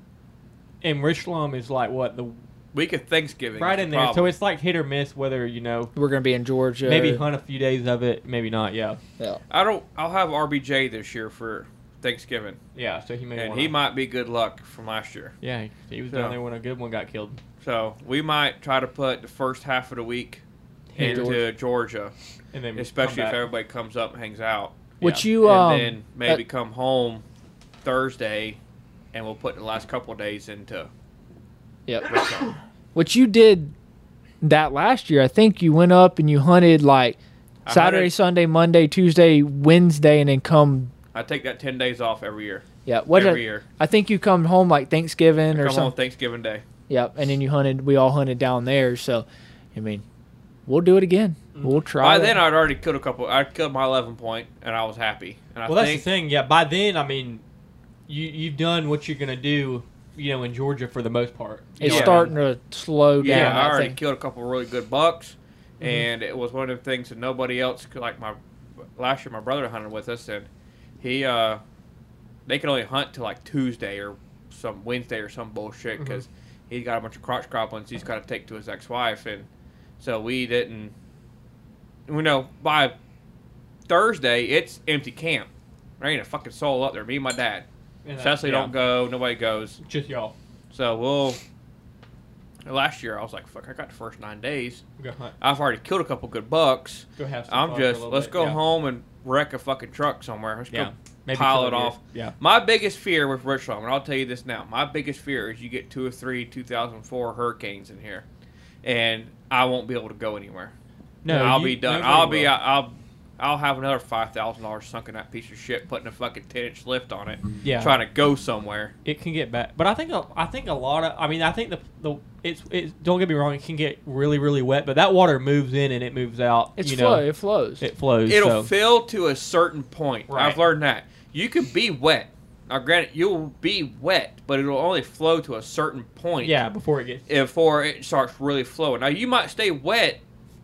Speaker 6: in Richland is like what the
Speaker 2: Week of Thanksgiving,
Speaker 6: right
Speaker 2: is
Speaker 6: in
Speaker 2: the
Speaker 6: there, so
Speaker 2: problem.
Speaker 6: it's like hit or miss whether you know
Speaker 1: we're going to be in Georgia.
Speaker 6: maybe
Speaker 1: or-
Speaker 6: hunt a few days of it, maybe not. Yeah,
Speaker 1: Yeah.
Speaker 2: I don't. I'll have RBJ this year for Thanksgiving,
Speaker 6: yeah. So he may
Speaker 2: and
Speaker 6: wanna-
Speaker 2: he might be good luck from last year.
Speaker 6: Yeah, he- he was
Speaker 2: So-
Speaker 6: down there when a good one got killed.
Speaker 2: So we might try to put the first half of the week
Speaker 6: Here.
Speaker 2: into Georgia,
Speaker 6: And then
Speaker 2: especially
Speaker 6: come
Speaker 2: if
Speaker 6: back.
Speaker 2: everybody comes up and hangs out,
Speaker 1: Which
Speaker 6: Yeah.
Speaker 1: you um
Speaker 2: and then maybe come home Thursday, and we'll put the last couple of days into.
Speaker 1: Yep. what you did that last year, I think you went up and you hunted like
Speaker 2: I
Speaker 1: Saturday,
Speaker 2: hunted-
Speaker 1: Sunday, Monday, Tuesday, Wednesday, and then come.
Speaker 2: I take that ten days off every year.
Speaker 1: Yeah, what
Speaker 2: every
Speaker 1: did-
Speaker 2: year,
Speaker 1: I think you come home like Thanksgiving or
Speaker 2: come home
Speaker 1: something.
Speaker 2: Thanksgiving Day.
Speaker 1: Yep, and then you hunted. We all hunted down there. So, I mean, we'll do it again. We'll try.
Speaker 2: By then,
Speaker 1: that.
Speaker 2: I'd already killed a couple. I killed my eleven point, and I was happy. And I
Speaker 6: well, that's
Speaker 2: think
Speaker 6: the thing. Yeah, by then, I mean, you you've done what you're gonna do you know in Georgia for the most part.
Speaker 1: It's
Speaker 2: Yeah.
Speaker 1: starting to slow down.
Speaker 2: Yeah, I
Speaker 1: I
Speaker 2: already
Speaker 1: think.
Speaker 2: killed a couple really good bucks, and it was one of the things that nobody else could. Like my last year, my brother hunted with us, and he uh, they could only hunt till like Tuesday or some Wednesday or some bullshit because he got a bunch of crotch goblins he's got to take to his ex-wife, and so we didn't. You know, by Thursday it's empty camp. There ain't a fucking soul up there. Me and my dad.
Speaker 6: And that-
Speaker 2: Cecily
Speaker 6: yeah,
Speaker 2: don't go. Nobody goes.
Speaker 6: Just y'all
Speaker 2: So we'll. Last year I was like, fuck, I got the first nine days.
Speaker 6: go hunt.
Speaker 2: I've already killed a couple good bucks.
Speaker 6: Go have some.
Speaker 2: I'm
Speaker 6: fun for a
Speaker 2: just
Speaker 6: little
Speaker 2: let's
Speaker 6: bit.
Speaker 2: go
Speaker 6: Yeah.
Speaker 2: home and wreck a fucking truck somewhere. Let's
Speaker 6: Yeah.
Speaker 2: go
Speaker 6: Maybe
Speaker 2: pile
Speaker 6: kill
Speaker 2: it
Speaker 6: a deer.
Speaker 2: off.
Speaker 6: Yeah.
Speaker 2: My biggest fear with Richland, and I'll tell you this now, my biggest fear is you get two or three 2004 hurricanes in here, and I won't be able to go anywhere.
Speaker 6: No,
Speaker 2: I'll
Speaker 6: you-
Speaker 2: be done.
Speaker 6: nobody
Speaker 2: I'll be. uh,
Speaker 6: will.
Speaker 2: I'll. I'll have another five thousand dollars sunk in that piece of shit, putting a fucking ten inch lift on it,
Speaker 6: Yeah.
Speaker 2: trying to go somewhere.
Speaker 6: It can get bad, but I think a- I think a lot of I mean I think the the it's it's don't get me wrong it can get really really wet, but that water moves in and it moves out.
Speaker 1: It's
Speaker 6: you
Speaker 1: flow.
Speaker 6: know,
Speaker 1: It flows.
Speaker 6: it flows.
Speaker 2: It'll
Speaker 6: so.
Speaker 2: fill to a certain point. I've
Speaker 6: Right.
Speaker 2: learned that. You can be wet. Now, granted, you'll be wet, but it'll only flow to a certain point.
Speaker 6: yeah before it gets
Speaker 2: Before it starts really flowing. Now, you might stay wet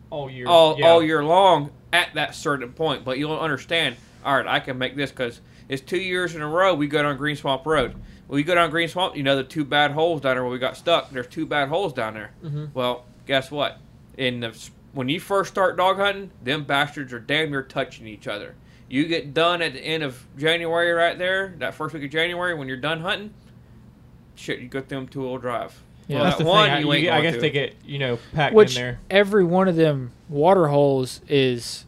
Speaker 6: all year
Speaker 2: all,
Speaker 6: yeah.
Speaker 2: all year long at that certain point, but you'll understand, all right, I can make this because it's two years in a row we go down Green Swamp Road. We go down Green Swamp, you know, the two bad holes down there where we got stuck. There's two bad holes down there.
Speaker 6: Mhm.
Speaker 2: Well, guess what? In the s- when you first start dog hunting, them bastards are damn near touching each other. You get done at the end of January, right there, that first week of January, when you're done hunting, shit, you go through them two-wheel drive.
Speaker 1: Yeah.
Speaker 2: Well,
Speaker 6: That's
Speaker 2: that
Speaker 6: the
Speaker 2: one
Speaker 6: thing. I,
Speaker 2: you
Speaker 6: you-
Speaker 2: ain't
Speaker 6: I
Speaker 2: going
Speaker 6: guess
Speaker 2: to.
Speaker 6: they get you know packed
Speaker 1: Which
Speaker 6: in there.
Speaker 1: every one of them water holes is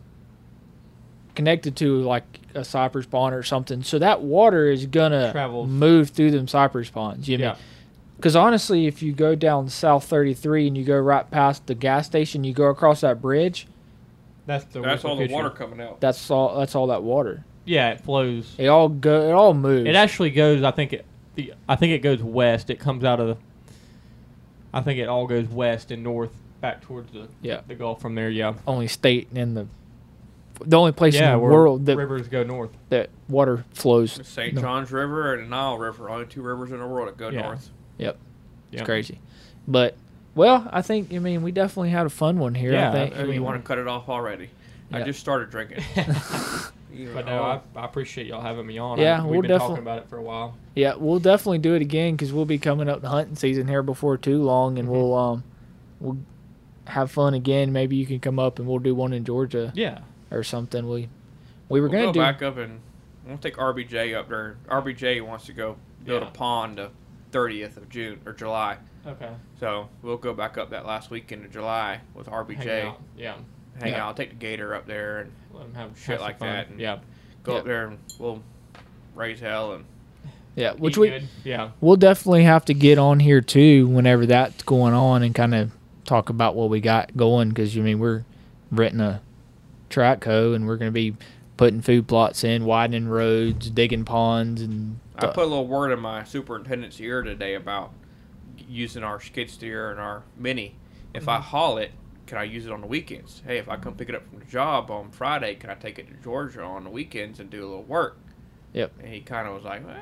Speaker 1: connected to like a cypress pond or something. So that water is gonna
Speaker 6: Travels.
Speaker 1: move through them cypress ponds. You know,
Speaker 6: Yeah.
Speaker 1: Because honestly, if you go down South 33 and you go right past the gas station, you go across that bridge.
Speaker 6: That's the
Speaker 2: That's all the
Speaker 6: picture.
Speaker 2: water coming out.
Speaker 1: That's all. That's all that water.
Speaker 6: Yeah, it flows.
Speaker 1: It all go. It all moves.
Speaker 6: It actually goes. I think it. The, I think it goes west. It comes out of the. I think it all goes west and north back towards the
Speaker 1: Yeah.
Speaker 6: the Gulf from there. Yeah.
Speaker 1: only state in the the only place in
Speaker 6: yeah,
Speaker 1: the
Speaker 6: where
Speaker 1: world that
Speaker 6: rivers go north.
Speaker 1: that water flows.
Speaker 2: St.
Speaker 1: No.
Speaker 2: John's River and the Nile River, only two rivers in the world that go
Speaker 6: Yeah.
Speaker 2: north.
Speaker 1: Yep. It's
Speaker 6: Yeah.
Speaker 1: crazy. But well, I think I mean we definitely had a fun one here.
Speaker 6: Yeah,
Speaker 1: I think.
Speaker 2: Oh, you want to cut it off already? I
Speaker 1: Yeah.
Speaker 2: just started drinking. You
Speaker 6: But
Speaker 2: know,
Speaker 6: no, I, I appreciate y'all having me on.
Speaker 1: Yeah,
Speaker 6: I, we've
Speaker 1: we'll
Speaker 6: been
Speaker 1: definitely-
Speaker 6: talking about it for a while.
Speaker 1: Yeah, we'll definitely do it again because we'll be coming up to hunting season here before too long,
Speaker 6: Mm-hmm.
Speaker 1: and we'll um we'll have fun again. Maybe you can come up and we'll do one in Georgia
Speaker 6: Yeah.
Speaker 1: or something. We we were
Speaker 2: we'll go
Speaker 1: gonna do
Speaker 2: back up and we'll take RBJ up there. RBJ wants to go build
Speaker 6: Yeah.
Speaker 2: a pond the 30th of June or July.
Speaker 6: Okay.
Speaker 2: So we'll go back up that last weekend of July with RBJ.
Speaker 6: Hang out. Yeah.
Speaker 2: Hang
Speaker 1: Yeah.
Speaker 2: out, take the gator up there and
Speaker 6: Let 'em have
Speaker 2: Shit
Speaker 6: have some
Speaker 2: like
Speaker 6: fun.
Speaker 2: that and-
Speaker 6: Yeah.
Speaker 2: go
Speaker 1: Yep.
Speaker 2: up there and we'll raise hell and
Speaker 1: yeah, which
Speaker 6: Eat
Speaker 1: we
Speaker 6: good. Yeah.
Speaker 1: we'll definitely have to get on here too whenever that's going on and kind of talk about what we got going because you mean we're renting a traco and we're gonna be putting food plots in, widening roads, digging ponds, and uh,
Speaker 2: I put a little word in my superintendent's ear today about using our skid steer and our mini. If I haul it, can I use it on the weekends? Hey, if I come pick it up from the job on Friday, can I take it to Georgia on the weekends and do a little work?
Speaker 1: Yep.
Speaker 2: And he kind of was like, well,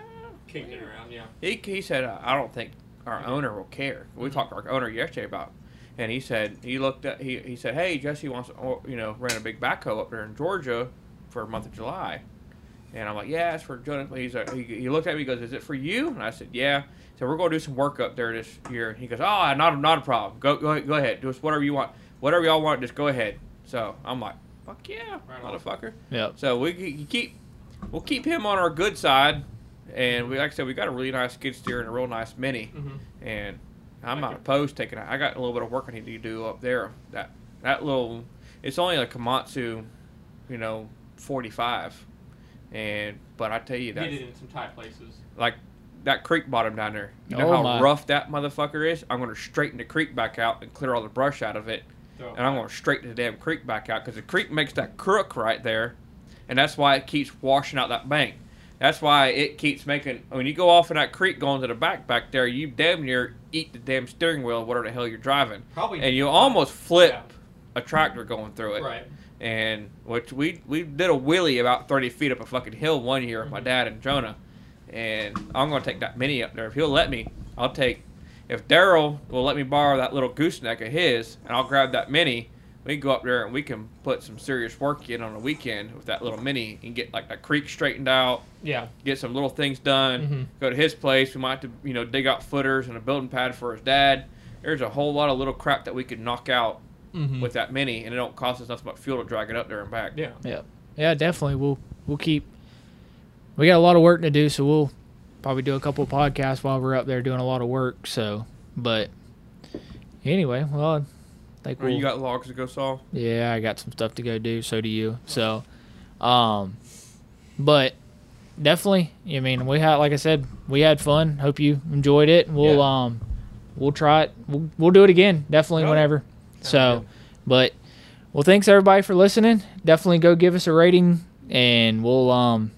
Speaker 6: Kicking it around. Yeah.
Speaker 2: he, he said, I don't think our owner will care. We talked to our owner yesterday about, it, and he said he looked at he, he said, hey, Jesse wants to or- you know rent a big backhoe up there in Georgia for a month of July, and I'm like, yeah, it's for Jonathan. He's like, he, he looked at me, he goes, is it for you? And I said, yeah. So we're going to do some work up there this year. And he goes, oh, not not a problem. Go go go ahead, do us whatever you want, whatever y'all want, just go ahead. So I'm like, fuck yeah,
Speaker 6: Right on.
Speaker 2: motherfucker.
Speaker 1: Yep.
Speaker 2: So we c- keep we'll keep him on our good side, and we like I said we got a really nice skid steer and a real nice mini,
Speaker 6: Mhm.
Speaker 2: and I'm not opposed to taking. I got a little bit of work I need to do up there. That that little it's only a Komatsu, you know, 45, and but I tell you that
Speaker 6: Get it in some tight places.
Speaker 2: like that creek bottom down there. You know
Speaker 1: Oh,
Speaker 2: how
Speaker 1: my.
Speaker 2: rough that motherfucker is. I'm gonna straighten the creek back out and clear all the brush out of it
Speaker 6: Throw it
Speaker 2: and I'm
Speaker 6: back.
Speaker 2: going to straighten the damn creek back out because the creek makes that crook right there, and that's why it keeps washing out that bank. That's why it keeps making. When you go off in that creek going to the back back there, you damn near eat the damn steering wheel, whatever the hell you're driving,
Speaker 6: Probably.
Speaker 2: and you almost flip
Speaker 6: Oh, Yeah.
Speaker 2: a tractor going through it.
Speaker 6: Right.
Speaker 2: And which we we did a wheelie about 30 feet up a fucking hill one year with my dad and Jonah, and I'm going to take that mini up there if he'll let me. I'll take if Daryl will let me borrow that little gooseneck of his, and I'll grab that mini. We can go up there and we can put some serious work in on a weekend with that little mini and get like that creek straightened out,
Speaker 6: Yeah.
Speaker 2: get some little things done.
Speaker 6: Mhm.
Speaker 2: Go to his place. We might have to you know dig out footers and a building pad for his dad. There's a whole lot of little crap that we could knock out
Speaker 6: Mm-hmm.
Speaker 2: with that mini, and it don't cost us nothing but fuel to drag it up there and back.
Speaker 6: yeah.
Speaker 1: Yeah. Yeah, definitely. We'll we'll keep we got a lot of work to do, so we'll probably do a couple of podcasts while we're up there doing a lot of work, so but anyway, well I think
Speaker 2: Well,
Speaker 1: we'll,
Speaker 2: you got logs to go solve.
Speaker 1: Yeah, I got some stuff to go do, so do you. So um but definitely I mean we had like I said, we had fun. Hope you enjoyed it. We'll um we'll try it we'll, we'll do it again, definitely
Speaker 2: Oh,
Speaker 1: whenever. So
Speaker 6: good.
Speaker 1: but well, thanks everybody for listening. Definitely go give us a rating, and we'll um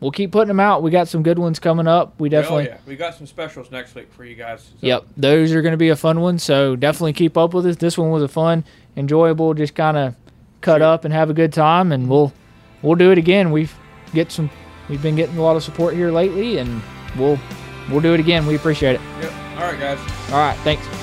Speaker 1: we'll keep putting them out. We got some good ones coming up. We definitely.
Speaker 2: Oh, yeah. We got some specials next week for you guys. so-
Speaker 1: Yep, those are going to be a fun one. So definitely keep up with us. This one was a fun, enjoyable, just kind of cut up and have a good time, and we'll we'll do it again. We've get some, we've been getting a lot of support here lately, and we'll we'll do it again. We appreciate it.
Speaker 2: Yep. All right, guys.
Speaker 1: All right, thanks.